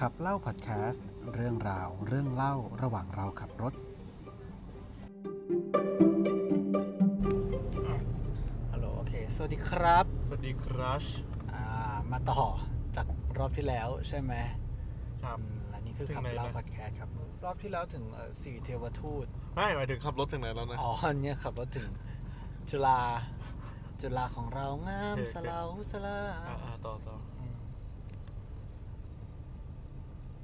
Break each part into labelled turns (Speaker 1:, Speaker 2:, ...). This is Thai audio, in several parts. Speaker 1: ขับเล่าพอดแคสต์เรื่องราวเรื่องเล่าระหว่างเราขับรถฮัลโหลโอเค สวัสดีครับ
Speaker 2: สวัสดีครัช
Speaker 1: อ่ามาต่อจากรอบที่แล้วใช่ไหม
Speaker 2: ครับ
Speaker 1: อืมและนี่คือ
Speaker 2: ถึง
Speaker 1: ขับ
Speaker 2: ไหน
Speaker 1: เล่า
Speaker 2: นะ
Speaker 1: พอดแคสต์ครับ รอบที่แล้วถึงเอ่อสี่เทวทูต
Speaker 2: ไม่หมายถึงขับรถถึงไหนแล้วนะ
Speaker 1: อ๋ออันเนี่ยขับรถถึงจุฬาจุฬาของเรางาม
Speaker 2: โอเค
Speaker 1: สลาวสลา
Speaker 2: อ่าๆต่อต่อ
Speaker 1: อืม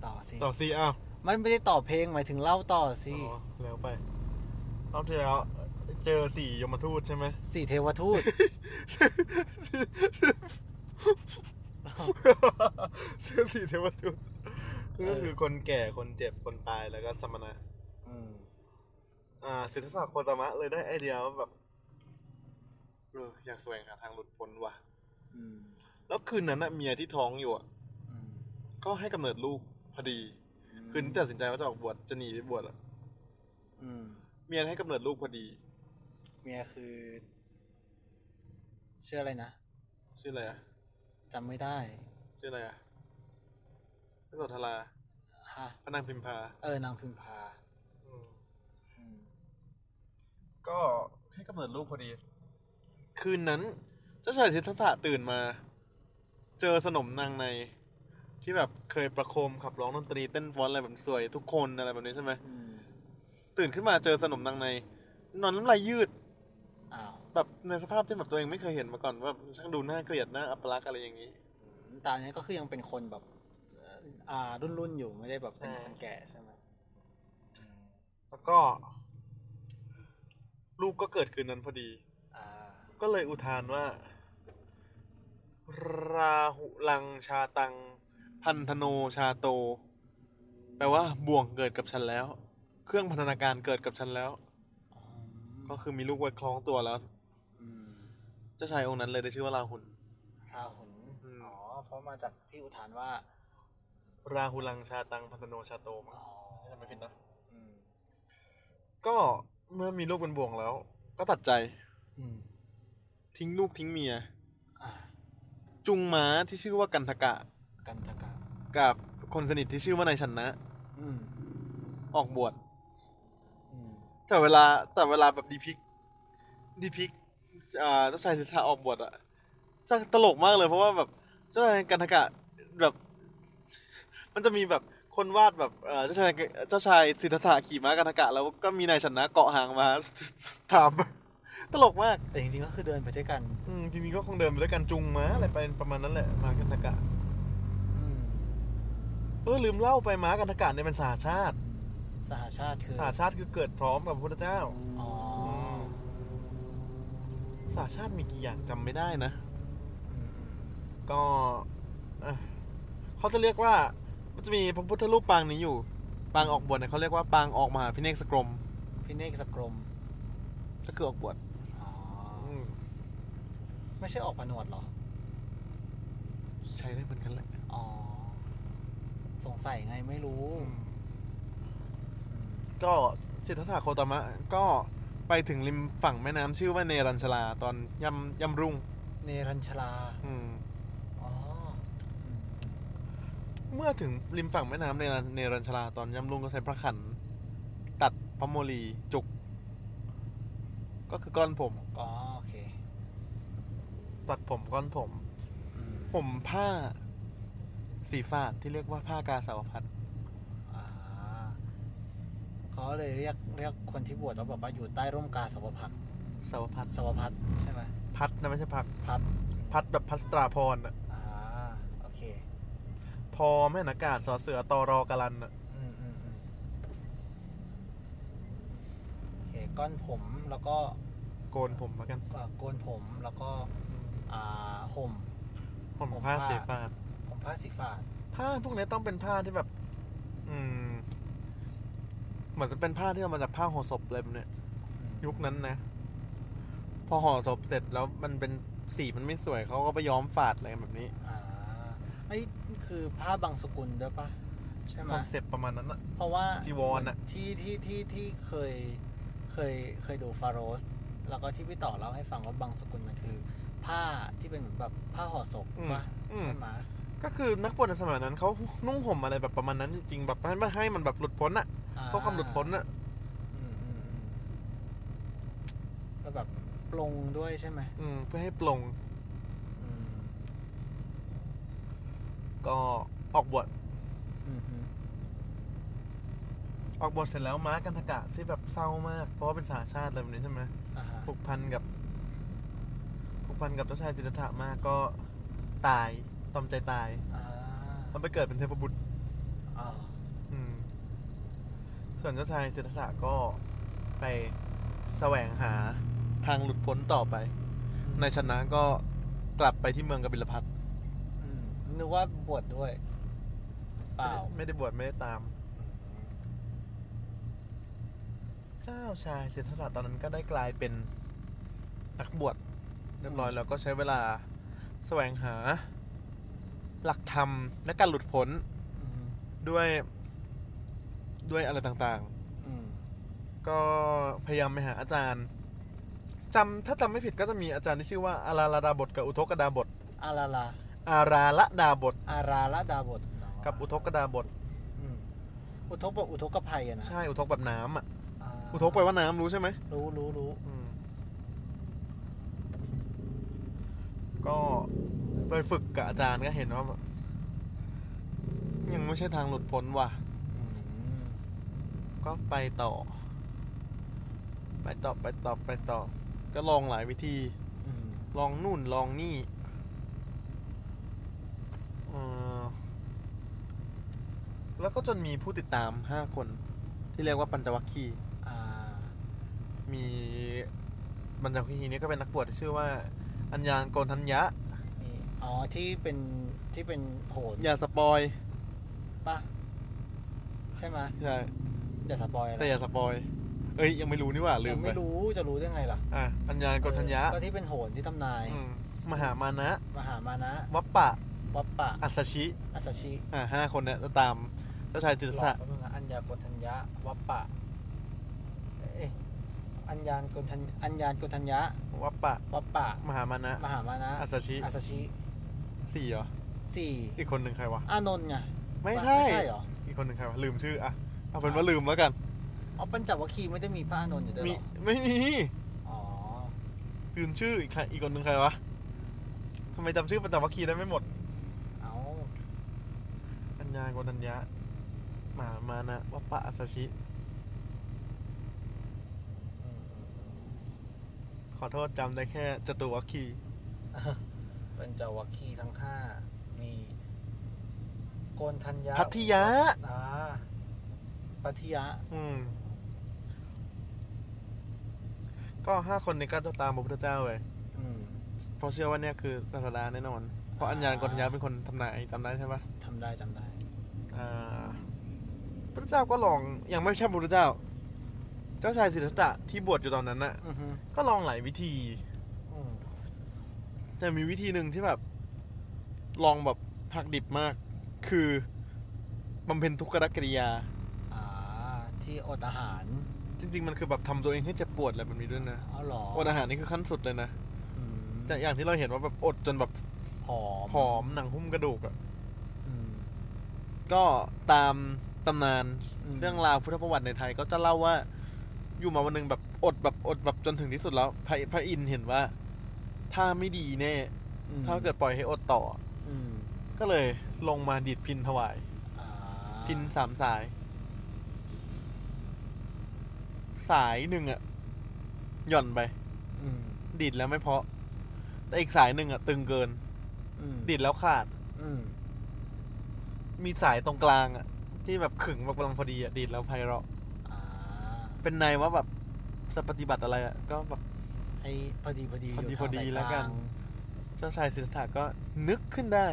Speaker 1: ต่อสิ
Speaker 2: ต่อซีอ้าว
Speaker 1: ไม่ไม่ได้ต่อเพลงหมายถึงเล่าต่อสิ
Speaker 2: อ๋อแล้วไปรอบที่แล้วเจอสี่ยมทูตใช่ไหม
Speaker 1: สี่เทวทูต
Speaker 2: เจอสี่เทวทูตก็คือคนแก่คนเจ็บคนตายแล้วก็สมณะ
Speaker 1: อืม
Speaker 2: อ่าศิทธศักดิ์โคตมะเลยได้ไอเดียว่าแบบเอออยากแสวงหาทางหลุดพ้นว่ะ
Speaker 1: อืม
Speaker 2: แล้วคืนนั้นน่ะเมียที่ท้องอยู่อ่ะ
Speaker 1: อืม
Speaker 2: ก็ให้กำเนิดลูกพอดี คืนที่ตัดสินใจว่าจะออกบวชจะหนีไปบวชอ่ะ
Speaker 1: อืม
Speaker 2: เมียให้กำเนิดลูกพอดี
Speaker 1: เมียคือชื่ออะไรนะ
Speaker 2: ชื่ออะไรอ่ะ
Speaker 1: จำไม่ได้
Speaker 2: ชื่ออะไรอ่ะพระโสธรา
Speaker 1: ฮะ
Speaker 2: พระนางพิมพา
Speaker 1: เออนางพิมพาอืม
Speaker 2: ก็ให้กำเนิดลูกพอดี คืนนั้น เจ้าชายสิทธัตถะตื่นมา เจอสนมนางใน ที่แบบเคยประโคมขับร้องดนตรีเต้นฟ้อนอะไรแบบสวย ทุกคนอะไรแบบนี้ใช่ไหม
Speaker 1: อืม
Speaker 2: ตื่นขึ้นมาเจอสนมนางใน นอนน้ำลายยืด
Speaker 1: อ้าว
Speaker 2: แบบในสภาพที่แบบตัวเองไม่เคยเห็นมาก่อนว่าช่างดูน่าเกลียดน่าอัปลักษณ์อะไรอย่างนี้
Speaker 1: แตอนนี้ก็คือยังเป็นคนแบบเอ่ออ่ารุ่นรุ่นๆอยู่ไม่ได้แบบเป็น
Speaker 2: ใช่
Speaker 1: คนแก่ใช่ไหมอืม
Speaker 2: แล้วก็ ลูกก็เกิดคืนนั้นพอดี
Speaker 1: อ่า
Speaker 2: ก็เลยอุทานว่า ราหุลังชาตัง พันธโนชาโต แปลว่าบ่วงเกิดกับฉันแล้ว เครื่องพันธนาการเกิดกับฉันแล้ว
Speaker 1: อื
Speaker 2: ก็
Speaker 1: ม
Speaker 2: คือมีลูกไว้คล้องตัวแล้ว
Speaker 1: อืม
Speaker 2: เจ้าชายองค์นั้นเลยได้ชื่อว่าราหุล
Speaker 1: ราหุล
Speaker 2: อืม
Speaker 1: อ๋อเพราะมาจากที่อุทานว่า
Speaker 2: ราหุลังชาตัง พันธโนชาโตมั้ง
Speaker 1: อ๋อ
Speaker 2: ถ้าจำไม่ผิดนะ
Speaker 1: อืม
Speaker 2: ก็เมื่อมีลูกเป็นบ่วงแล้ว ก็ตัดใจ
Speaker 1: อืม
Speaker 2: ทิ้งลูกทิ้งเมีย
Speaker 1: อ่า
Speaker 2: จุงม้าที่ชื่อว่ากันทกะ
Speaker 1: กันตะกะ
Speaker 2: กับคนสนิทที่ชื่อว่านายชนะ
Speaker 1: อืม
Speaker 2: ออกบวช
Speaker 1: อืม
Speaker 2: แต่เวลาแต่เวลาแบบดีพิกดีพิกอ่าเจ้าชายสิทธาออกบวชอะจะตลกมากเลยเพราะว่าแบบเจ้าชายกันทกะแบบ มันจะมีแบบคนวาดแบบเอ่อเจ้าชายเจ้าชายสิทธัตถะขี่ม้ากันทกะ แล้วก็มีนายชนะเกาะหาง มา ถาม ตลกมาก
Speaker 1: แต่จริงๆก็คือเดินไปด้วยกัน
Speaker 2: อืมจริงๆก็คงเดินไปด้วยกันจุงม้าอะไรไปประมาณนั้นแหละม้ากันทกะ
Speaker 1: อืม
Speaker 2: เออลืมเล่าไปม้ากันทกะเนี่ยเป็นสหชาติ
Speaker 1: สหชาติคือ
Speaker 2: สหชาติคือเกิดพร้อมกับพระพุทธเจ้า
Speaker 1: อ๋อ
Speaker 2: สหชาติมีกี่อย่างจำไม่ได้นะ
Speaker 1: อืมอืม
Speaker 2: ก็เอ่อเขาจะเรียกว่ามันจะมีพระพุทธรูปปางนี้อยู่ ปางออกบวชเนี่ยเขาเรียกว่าปางออกมหาพิเนกสกรม
Speaker 1: พิเนกสกรม
Speaker 2: ก็คือออกบวช
Speaker 1: อ๋อไม่ใช่ออกผนวดเหรอ
Speaker 2: ใช้ได้เหมือนกันแหละ
Speaker 1: อ๋อ สงสัยไงไม่รู้อืม
Speaker 2: ก็สิทธัตถะโคตมะ ก็ไปถึงริมฝั่งแม่น้ำชื่อว่าเนรัญชลาตอนย่ำย่ำรุ่ง
Speaker 1: เนรัญชลา
Speaker 2: อืม
Speaker 1: อ๋ออืม
Speaker 2: เมื่อถึงริมฝั่งแม่น้ำเนรัญเนรัญชลาตอนย่ำรุ่งก็ใช้พระขัน ตัดพระโมลีจุก ก็คือก้อนผม
Speaker 1: อ๋อโอเค
Speaker 2: ตัดผมก้อนผม
Speaker 1: อืม
Speaker 2: ผมผ้า สีฟาดที่เรียกว่าผ้ากาสาวพัด
Speaker 1: อ่าเขาเลยเรียกเรียกคนที่บวชแล้วแบบว่าอยู่ใต้ร่มกาสาวพักตร์
Speaker 2: สาวพัด
Speaker 1: สาวพัดใช่ไหม
Speaker 2: พัดนะไม่ใช่พัก
Speaker 1: พัด
Speaker 2: พัดแบบพัดสตราพรน่ะ
Speaker 1: อ่าโอเค
Speaker 2: พอแม่นอากาศสอเสือตอรอกาลันน่ะ
Speaker 1: อืมอืมอืมโอเคก้อนผมแล้วก็
Speaker 2: โกนผมแล้วกัน
Speaker 1: เอ่อโกนผมแล้วก็อ่าห่ม
Speaker 2: ผม
Speaker 1: ผม
Speaker 2: ผ้า
Speaker 1: ผ้า
Speaker 2: สีฟาด
Speaker 1: ผมผ้าสีฝาด
Speaker 2: ผ้าพวกนี้ต้องเป็นผ้าที่แบบ อืม เหมือนจะเป็นผ้าที่เอามาจากผ้าห่อศพอะไรแบบเนี้ย
Speaker 1: อืม
Speaker 2: ยุคนั้นนะ พอห่อศพเสร็จแล้วมันเป็นสีมันไม่สวยเขาก็ไปย้อมฝาดอะไรแบบนี้
Speaker 1: อ่าไอ้ยคือผ้าบางสกุลด้วยปะใช่ไหม
Speaker 2: คอนเซปต์ประมาณนั้นน่ะ
Speaker 1: เพราะว่า
Speaker 2: จีวรอะ
Speaker 1: ที่ที่ที่ที่เคยเคยเคยดูฟาโรส แล้วก็ที่พี่ต่อเล่าให้ฟังว่าบางสกุลมันคือ ผ้าที่เป็นเหมือนแบบผ้าห่อศพปะ
Speaker 2: อืม
Speaker 1: ใช่ไหม
Speaker 2: ก็คือนักบวชในสมัยนั้นเขานุ่งห่มอะไรแบบประมาณนั้นจริงๆแบบไม่ให้มันแบบหลุดพ้นอะ
Speaker 1: อ่
Speaker 2: เพราะความหลุดพ้นอะ
Speaker 1: อืมอืมอืมก็แบบปลงด้วยใช่ไหม
Speaker 2: อืมเพื่อให้ปลง
Speaker 1: อืม
Speaker 2: ก็ออกบวช
Speaker 1: อืมอืม
Speaker 2: ออกบวชเสร็จแล้วม้ากันทกะที่แบบเศร้ามาก เพราะว่าเป็นสหชาติอะไรแบบนี้ใช่ไหม
Speaker 1: อ่าฮะ
Speaker 2: ผูกพันกับผูกพันกับเจ้าชายจิตถะมากก็ตายตอมใจตาย
Speaker 1: อ่า
Speaker 2: มันไปเกิดเป็นเทพบุตร
Speaker 1: อ้าว
Speaker 2: อืม ส่วนเจ้าชายจิตถะก็ไปแสวงหาทางหลุดพ้นต่อไป
Speaker 1: อืม
Speaker 2: ในายชนะก็กลับไปที่เมืองกบิลพัท
Speaker 1: อืมนึกว่าบวชด้วย เปล่า
Speaker 2: ไม่ได้บวชไม่ได้ตาม เจ้าชายสิทธัตถะตอนนั้นก็ได้กลายเป็นนักบวชเรียบร้อยแล้วก็ใช้เวลาแสวงหา หลักธรรมและการหลุดพ้น
Speaker 1: อืม
Speaker 2: ด้วยด้วยอะไรต่าง
Speaker 1: อืม
Speaker 2: ๆ ก็พยายามไปหาอาจารย์จำถ้าจำไม่ผิดก็จะมีอาจารย์ที่ชื่อว่าอาราลดาบทกับอุทกดาบท
Speaker 1: อาราลา
Speaker 2: อาราละดาบท
Speaker 1: อาราลดาบทเนาะ
Speaker 2: กับอุทกดาบท
Speaker 1: อืมอุทกแบบอุทกภัยอะนะ
Speaker 2: ใช่อุทกแบบน้ำอ่ะ
Speaker 1: า
Speaker 2: อุทกแปลว่าน้ำรู้ใช่ไหม
Speaker 1: รู้รู้รู้
Speaker 2: อืมก็ไปฝึกกับอาจารย์ก็เห็นว่า ยังไม่ใช่ทางหลุดพ้นว่ะ
Speaker 1: อืม
Speaker 2: ก็ไปต่อ ไปต่อไปต่อไปต่อ ก็ลองหลายวิธี
Speaker 1: อืม
Speaker 2: ลองนู่นลองนี่เอ่อแล้วก็จนมีผู้ติดตามห้าคน ที่เรียกว่าปัญจวัคคีย์
Speaker 1: อ่า
Speaker 2: มีปัญจวัคคีย์นี้ก็เป็นนักบวชที่ชื่อว่า อัญญาณโกนทัญญะ
Speaker 1: มีอ๋อที่เป็นที่เป็นโหน
Speaker 2: อย่าสปอย
Speaker 1: ปะใช่ไหมย
Speaker 2: อย่า
Speaker 1: อย่าสปอยอะไร
Speaker 2: แต่อย่าสปอย เอ้ย ยังไม่รู้นี่หว่า ลื
Speaker 1: ยั
Speaker 2: ม
Speaker 1: ง
Speaker 2: ไป
Speaker 1: ไม่รู้จะรู้ได้ไงล่ะ
Speaker 2: อ่ะอัญญาณโกนทัญญะ
Speaker 1: เออก็ที่เป็นโหนที่ทำนาย
Speaker 2: อืมมหามานะ
Speaker 1: มหามานะ
Speaker 2: วัปปะ
Speaker 1: วัปปะ
Speaker 2: อัสสชิ
Speaker 1: อัสสชิ
Speaker 2: อ่ะห้าคนเนี่ยจะตามเจ้าชายติส
Speaker 1: หลอ
Speaker 2: สะ
Speaker 1: กพระนอัญญาโกณทัญญะวัปปะเอ๊ะอัญญาณโกณทัญอัญญาณโกณทัญญะ
Speaker 2: วัปปะ
Speaker 1: วัปปะ
Speaker 2: มหามานะ
Speaker 1: มหามานะ
Speaker 2: อัสสชิ
Speaker 1: อัสสชิ
Speaker 2: สี่เหรอ
Speaker 1: สี่
Speaker 2: อีกคนหนึ่งใครวะ
Speaker 1: อานนท์ไง
Speaker 2: ไม่
Speaker 1: ปะ
Speaker 2: ใช่
Speaker 1: ไม่ใช่เหรอ
Speaker 2: อีกคนหนึ่งใครวะ ลืมชื่ออะเอาเป็นว่าลืมแล้วกัน
Speaker 1: อ๋อปัญจวัคคีย์ไม่ได้มีพระอานนท์อยู่ด้วย
Speaker 2: มี
Speaker 1: เหรอ
Speaker 2: ไม่มี
Speaker 1: อ๋อ
Speaker 2: ลืมชื่ออีกใครอีกคนหนึ่งใครวะทำไมจำชื่อปัญจวัคคีย์ได้ไม่หมด
Speaker 1: เอา
Speaker 2: อัญญาโกนัญญะมหามานะวัปปะอัสสชิ
Speaker 1: อืม
Speaker 2: ขอโทษจำได้แค่จตุวัคคีย์
Speaker 1: ปัญจวัคคีย์ทั้งห้ามีโกนทัญญา
Speaker 2: พัทยา
Speaker 1: อ่าปัทยะ
Speaker 2: อืม ก็ห้าคนนี้ก็จะตามพระพุทธเจ้าเลย
Speaker 1: อืม
Speaker 2: เพราะเชื่อว่าเนี่ยคือศาสดาแน่นอน เพราะอัญญาณกรทัญญาเป็นคนทำนายจำได้ใช่ปะ
Speaker 1: ทำได้จำได้
Speaker 2: อ่าพระเจ้าก็ลองยังไม่ใช่พระพุทธเจ้า เจ้าชายสิทธัตถะที่บวชอยู่ตอนนั้นน่ะ
Speaker 1: อือฮึ
Speaker 2: ก็ลองหลายวิธี
Speaker 1: อืม
Speaker 2: แต่มีวิธีหนึ่งที่แบบ ลองแบบหักดิบมาก คือบำเพ็ญทุกขกิริยา
Speaker 1: อ่า ที่อดอาหาร
Speaker 2: จริง ๆ มันคือแบบทำตัวเองให้เจ็บปวดอะไรแบบนี้ด้วยนะ
Speaker 1: เอาเหรอ
Speaker 2: อดอาหารนี่คือขั้นสุดเลยนะ
Speaker 1: อืม
Speaker 2: แต่อย่างที่เราเห็นว่าแบบอดจนแบบ
Speaker 1: ผอม
Speaker 2: ผอมหนังหุ้มกระดูกอะ
Speaker 1: อืม
Speaker 2: ก็ตามตำนาน
Speaker 1: ม
Speaker 2: เรื่องราวพุทธประวัติในไทยก็จะเล่าว่าอยู่มาวันหนึ่งแบบอดแบบอดแบบจนถึงที่สุดแล้วพระพระอินทร์เห็นว่า ถ้าไม่ดีแน่
Speaker 1: อืม
Speaker 2: ถ้าเกิดปล่อยให้อดต่อ
Speaker 1: อืม
Speaker 2: ก็เลยลงมาดีดพินถวาย
Speaker 1: อ่า
Speaker 2: พินสามสาย สายหนึ่งอะหย่อนไป
Speaker 1: อืม
Speaker 2: ดีดแล้วไม่เพาะ แต่อีกสายหนึ่งอะตึงเกิน
Speaker 1: อืม
Speaker 2: ดีดแล้วขาด
Speaker 1: อืม
Speaker 2: มีสายตรงกลางอะที่แบบขึงแบบกำลังพอดีอะดีดแล้วไพเราะ
Speaker 1: อ่า
Speaker 2: เป็นในว่าแบบจะปฏิบัติอะไรอะก็แบบ
Speaker 1: ให้พอดีพอดี
Speaker 2: พอดี
Speaker 1: ยู่
Speaker 2: พอดี
Speaker 1: ทางสาย
Speaker 2: แล้วกัน
Speaker 1: าง
Speaker 2: เจ้าชายสิทธัตถะก็นึกขึ้นได้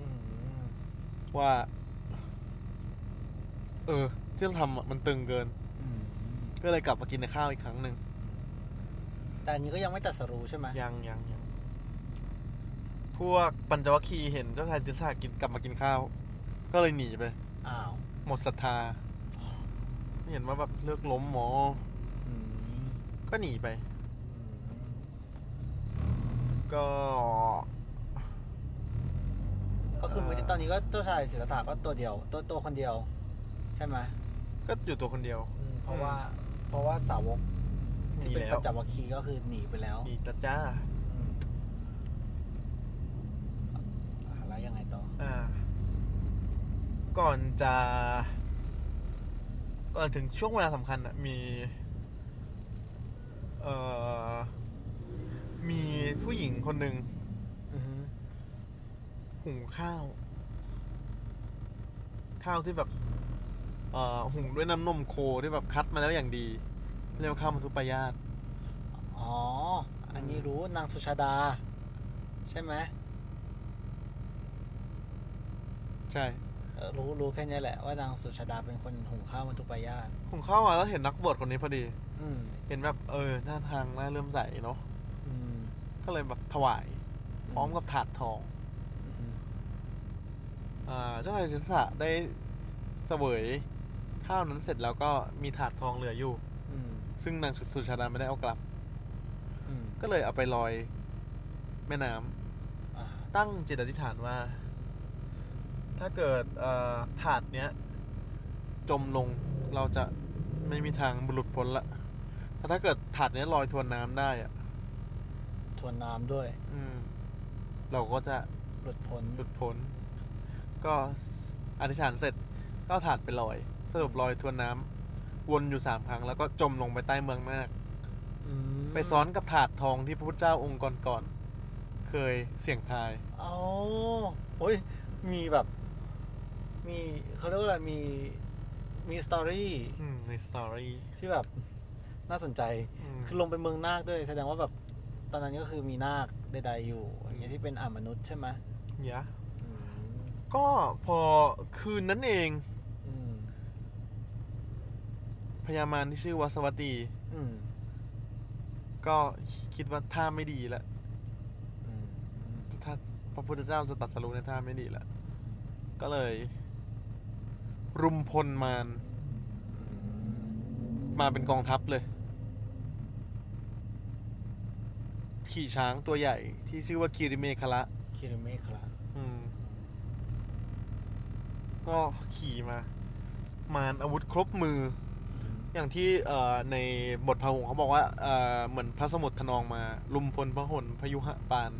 Speaker 1: อืม
Speaker 2: ว่า เออ ที่เราทำอะมันตึงเกิน
Speaker 1: อืม
Speaker 2: ก็เลยกลับมากินข้าวอีกครั้งหนึ่ง
Speaker 1: แต่อันนี้ก็ยังไม่ตรัดสรู้ใช่ไหม
Speaker 2: ยังยังยังพวกปัญจวัคคีย์เห็นเจ้าชายสิทธัตถะกินกลับมากินข้าว ก็เลยหนีไป
Speaker 1: อ้าว
Speaker 2: หมดศรัทธาเห็นว่าแบบเลิกล้มหมอ
Speaker 1: อืมอืม
Speaker 2: ก็หนีไป ก็
Speaker 1: ก็คือไม่ได้ ตอนนี้ก็เจ้าชายศิลธาก็ตัวเดียว ตัวตัวคนเดียว ใช่ไหม
Speaker 2: ก็อยู่ตัวคนเดียว
Speaker 1: อืมเพราะว่า เพราะว่าสาวกที่เป็น
Speaker 2: หนีแล้ว
Speaker 1: ประจักษ์วัคคีย์ก็คือหนีไปแล้ว
Speaker 2: มีตาจ้า
Speaker 1: อืมอ่ะแล้วยังไงต่อ
Speaker 2: อ่า ก่อนจะ ก่อนถึงช่วงเวลาสำคัญอะมี เอ่อ มีผู้หญิงคนหนึ่ง
Speaker 1: อือฮึ
Speaker 2: หุงข้าว ข้าวที่แบบ เอ่อ หุงด้วยน้ำนมโคที่แบบคัดมาแล้วอย่างดี เรียกว่าข้าวมัทุปายาต
Speaker 1: อ๋อ อันนี้รู้นางสุชาดา ใช่ไหม
Speaker 2: ใช่
Speaker 1: เออรู้รู้แค่เนี้ยแหละว่านางสุชาดาเป็นคนหุงข้าวมันทุปายาต
Speaker 2: หุงข้าวมาแล้วเห็นนักบวชคนนี้พอดี
Speaker 1: อืม
Speaker 2: เห็นแบบ เออ หน้าทางน่าเริ่อมใสเนาะ
Speaker 1: อืม
Speaker 2: ก็เลยแบบถวาย พร้อมกับถาดทอง
Speaker 1: อืมอืม
Speaker 2: อ่าเจ้าชายสิทธัตถะได้เสวยข้าวนั้นเสร็จแล้วก็มีถาดทองเหลืออยู่
Speaker 1: อืม
Speaker 2: ซึ่งนางสุชาดาไม่ได้เอากลับ
Speaker 1: อืม
Speaker 2: ก็เลยเอาไปลอยแม่น้ำ
Speaker 1: อ่า
Speaker 2: ตั้งจิตอธิษฐานว่า ถ้าเกิดเอ่อถาดเนี้ย จมลงเราจะไม่มีทางหลุดพ้นละแต่ถ้าเกิดถาดเนี้ยลอยทวนน้ำได้อะ
Speaker 1: ทวนน้ำด้วย
Speaker 2: อืม เราก็จะ
Speaker 1: หลุดพ้น
Speaker 2: หลุดพ้น ก็อธิษฐานเสร็จก็เอาถาดไปลอยสรุปลอยทวนน้ำวนอยู่สามครั้ง แล้วก็จมลงไปใต้เมืองนาค
Speaker 1: อืม
Speaker 2: ไปซ้อนกับถาดทองที่พระพุทธเจ้าองค์ก่อนๆเคยเสี่ยงทาย
Speaker 1: อ๋อโอ้ย มีแบบ มีเขาเรียกว่าอะไร มี มีสตอรี่
Speaker 2: อืมในสตอรี่
Speaker 1: ที่แบบน่าสนใจ
Speaker 2: อืม
Speaker 1: คือลงไปเมืองนาคด้วย แสดงว่าแบบ ตอนนั้นก็คือมีนาคใดๆอยู่ อย่างเงี้ยที่เป็นอ่ามนุษย์ใช่ไหม
Speaker 2: เดี๋ยอะ
Speaker 1: อืม
Speaker 2: ก็พอคืนนั้นเอง
Speaker 1: อืม
Speaker 2: พญามารที่ชื่อวสวัตตี
Speaker 1: อืม
Speaker 2: ก็คิดว่าท่าไม่ดีละ
Speaker 1: อืมอืม
Speaker 2: ถ้าพระพุทธเจ้าจะตรัดสรุในท่าไม่ดีละก็เลย รุมพลมารมาเป็นกองทัพเลย ขี่ช้างตัวใหญ่ที่ชื่อว่าคิริเมคละ
Speaker 1: คิริเมฆครับ
Speaker 2: อืม ก็ขี่มา มารอาวุธครบมือ
Speaker 1: อืม
Speaker 2: อย่างที่เอ่อในบทพะหงเขาบอกว่าเอ่อเหมือนพระสมุทรทนองมา ลุมพลพระหนพยุหะปาน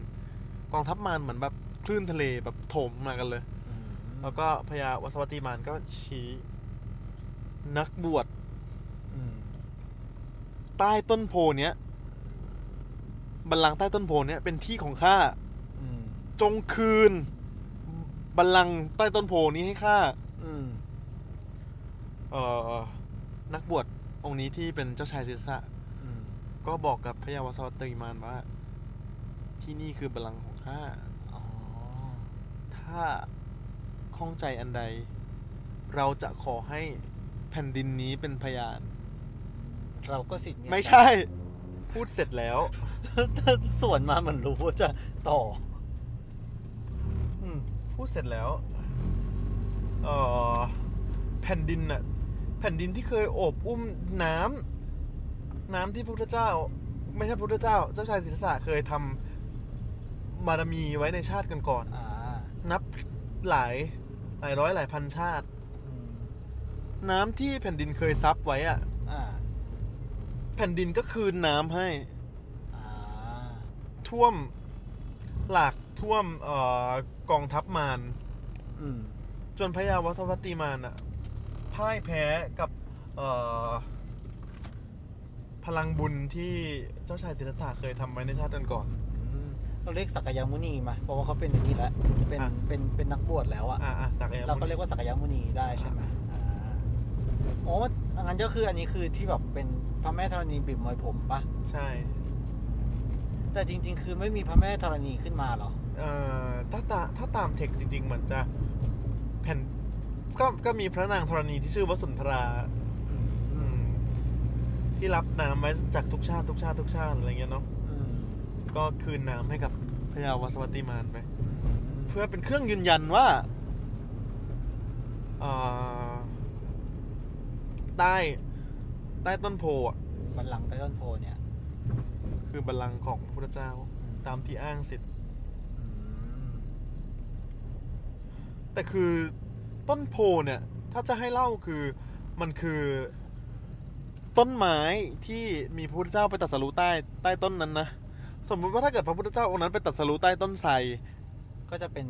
Speaker 2: กองทัพมารเหมือนแบบคลื่นทะเลแบบโถมมากันเลย
Speaker 1: อืม
Speaker 2: แล้วก็พญาวสวัติมารก็ชี้ นักบวช
Speaker 1: อืม
Speaker 2: ใต้ต้นโพเนี้ยบัลลังก์ใต้ต้นโพเนี้ยเป็นที่ของข้า
Speaker 1: อืม
Speaker 2: จงคืน บัลลังก์ใต้ต้นโพนี้ให้ข้า
Speaker 1: อืม
Speaker 2: เอ่อนักบวชองค์นี้ที่เป็นเจ้าชายศิษะ
Speaker 1: อืม
Speaker 2: ก็บอกกับพระยาวสวัตรีมานว่า ที่นี่คือบัลลังก์ของข้า
Speaker 1: อ๋อ
Speaker 2: ถ้าข้องใจอันใด เราจะขอให้แผ่นดินนี้เป็นพยาน
Speaker 1: เราก็สิทธิ์เนี่ย
Speaker 2: ไม่ใช่ พูดเสร็จแล้ว
Speaker 1: ถ้าส่วนมาเหมือนรู้ว่าจะต่อ อืม
Speaker 2: พูดเสร็จแล้วเอ่อแผ่นดินน่ะแผ่นดินที่เคยโอบอุ้มน้ำน้ำที่พระพุทธเจ้า ไม่ใช่พระพุทธเจ้า เจ้าชายสิทธัตถะเคยทำบารมีไว้ในชาติก่อน
Speaker 1: อ่า
Speaker 2: ๆนับหลายหลายร้อยหลายพันชาติ
Speaker 1: อืม
Speaker 2: น้ำที่แผ่นดินเคยซับไว้อะ
Speaker 1: อ่า
Speaker 2: แผ่นดินก็คืนน้ำให้
Speaker 1: อ่า
Speaker 2: ท่วมหลากท่วมเอ่อกองทัพมาร
Speaker 1: อืม
Speaker 2: จนพระยาวัสวัตติมานอะพ่ายแพ้กับเอ่อพลังบุญที่เจ้าชายสิทธัตถะเคยทำไว้ในชาติก่อน
Speaker 1: อืม เราเรียกสักยามุนีมาเพราะว่าเขาเป็นอย่างนี้แล้ว เป็น
Speaker 2: อ่ะ
Speaker 1: เป็น เป็นนักบวชแล้วอะ
Speaker 2: อ่าอ่ะสักยะมุนี
Speaker 1: เราก็เรียกว่าสักยามุนีได้ใช่ไหมอ่าโอ้งั้นก็คืออันนี้คือที่แบบเป็นพระแม่ธรณีบีบมวยผมปะ
Speaker 2: ใช่
Speaker 1: แต่จริง ๆ คือไม่มีพระแม่ธรณีขึ้นมาเหรอ
Speaker 2: เอ่อถ้าตาถ้าตามเทคจริงๆเหมือนจะแผ่นก็ก็มีพระนางธรณีที่ชื่อวสุนทรา
Speaker 1: อืม
Speaker 2: อืมที่รับน้ำไว้จากทุกชาติทุกชาติทุกชาติอะไรเงี้ยเนาะ
Speaker 1: อืม
Speaker 2: ก็คืนน้ำให้กับพระยาวัสวัตติมานไป
Speaker 1: เพื่อ
Speaker 2: เพื่อเป็นเครื่องยืนยันว่าเอ่อใต้ใต้ต้นโพอ่ะ
Speaker 1: บัลลังก์ใต้ต้นโพเนี่ย
Speaker 2: คือบัลลังก์ของพระพุทธเจ้า ตามที่อ้างสิทธิ์
Speaker 1: อืม
Speaker 2: แต่คือต้นโพเนี่ย ถ้าจะให้เล่าคือมันคือ ต้นไม้ที่มีพระพุทธเจ้าไปตรัดสรู้ใต้ใต้ต้นนั้นนะสมมติว่าถ้าเกิดพระพุทธเจ้าองค์นั้นไปตรัดสรู้ใต้ต้นไทร
Speaker 1: ก็จะเป็น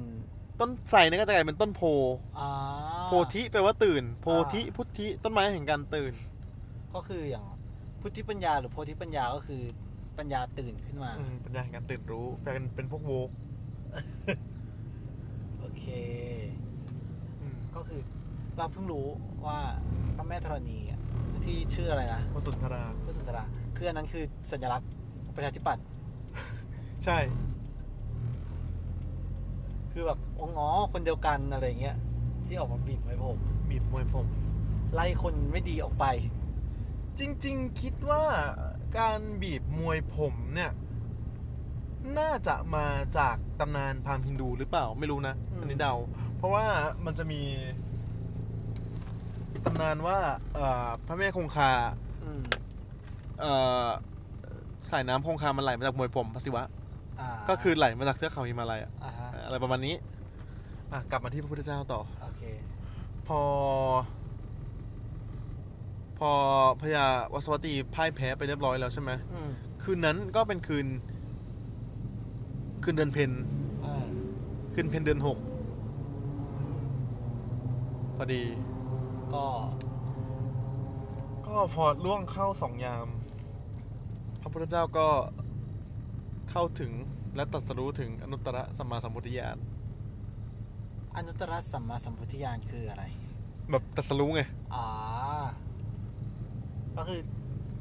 Speaker 2: ต้นไทรเนี่ยก็จะกลายเป็นต้นโพ
Speaker 1: อ่า
Speaker 2: โพธิแปลว่าตื่น โพธิ
Speaker 1: อ่า
Speaker 2: พุทธิต้นไม้แห่งการตื่น
Speaker 1: ก็คืออย่างพุทธิปัญญาหรือโพธิปัญญาก็คือปัญญาตื่นขึ้นมา
Speaker 2: อืมปัญญาแห่งการตื่นรู้แปลเป็นเป็นพวกโวก
Speaker 1: โอเค
Speaker 2: อืม
Speaker 1: ก็คือเราเพิ่งรู้ว่าพระแม่ธรณีอะที่ชื่ออะไรนะ
Speaker 2: พวกสุนทรา
Speaker 1: พระสุนทราคืออันนั้นคือสัญลักษณ์ประชาธิปัตย์
Speaker 2: ใช่
Speaker 1: คือแบบองค์อ๋อคนเดียวกันอะไรเงี้ยที่ออกมาบีบไว้ผม
Speaker 2: บีบมวยผม
Speaker 1: ไล่คนไม่ดีออกไป
Speaker 2: จริง ๆ คิดว่าการบีบมวยผมเนี่ย น่าจะมาจากตำนานพราหมณ์ฮินดูหรือเปล่าไม่รู้นะ อันนี้เดา เพราะว่ามันจะมีตำนานว่าเอ่อพระแม่คงคา
Speaker 1: อืม
Speaker 2: เอ่อสายน้ำคงคามันไหลมาจากมวยผมพระศิวะ
Speaker 1: า
Speaker 2: ก็คือไหลมาจากเทือกเขาฮิมาลัยอะ
Speaker 1: อ่าฮะ
Speaker 2: อะไรประมาณนี้ อ่ะ กลับมาที่พระพุทธเจ้าต่อ
Speaker 1: โอเค
Speaker 2: พอ พอพญาวัสวัตีพ่ายแพ้ไปเรียบร้อยแล้วใช่ไหม
Speaker 1: อืม
Speaker 2: คืนนั้นก็เป็นคืน คืนเดือนเพน
Speaker 1: เออ
Speaker 2: คืนเพนเดือนหก พอดี
Speaker 1: ก็
Speaker 2: ก็พอล่วงเข้าสองยาม พระพุทธเจ้าก็เข้าถึงและตรัสรู้ถึงอนุตตรสัมมาสัมพุทธญาณ
Speaker 1: อนุตตรสัมมาสัมพุทธญาณคืออะไร
Speaker 2: แบบตรัสรู้ไง
Speaker 1: อ่า ก็คือ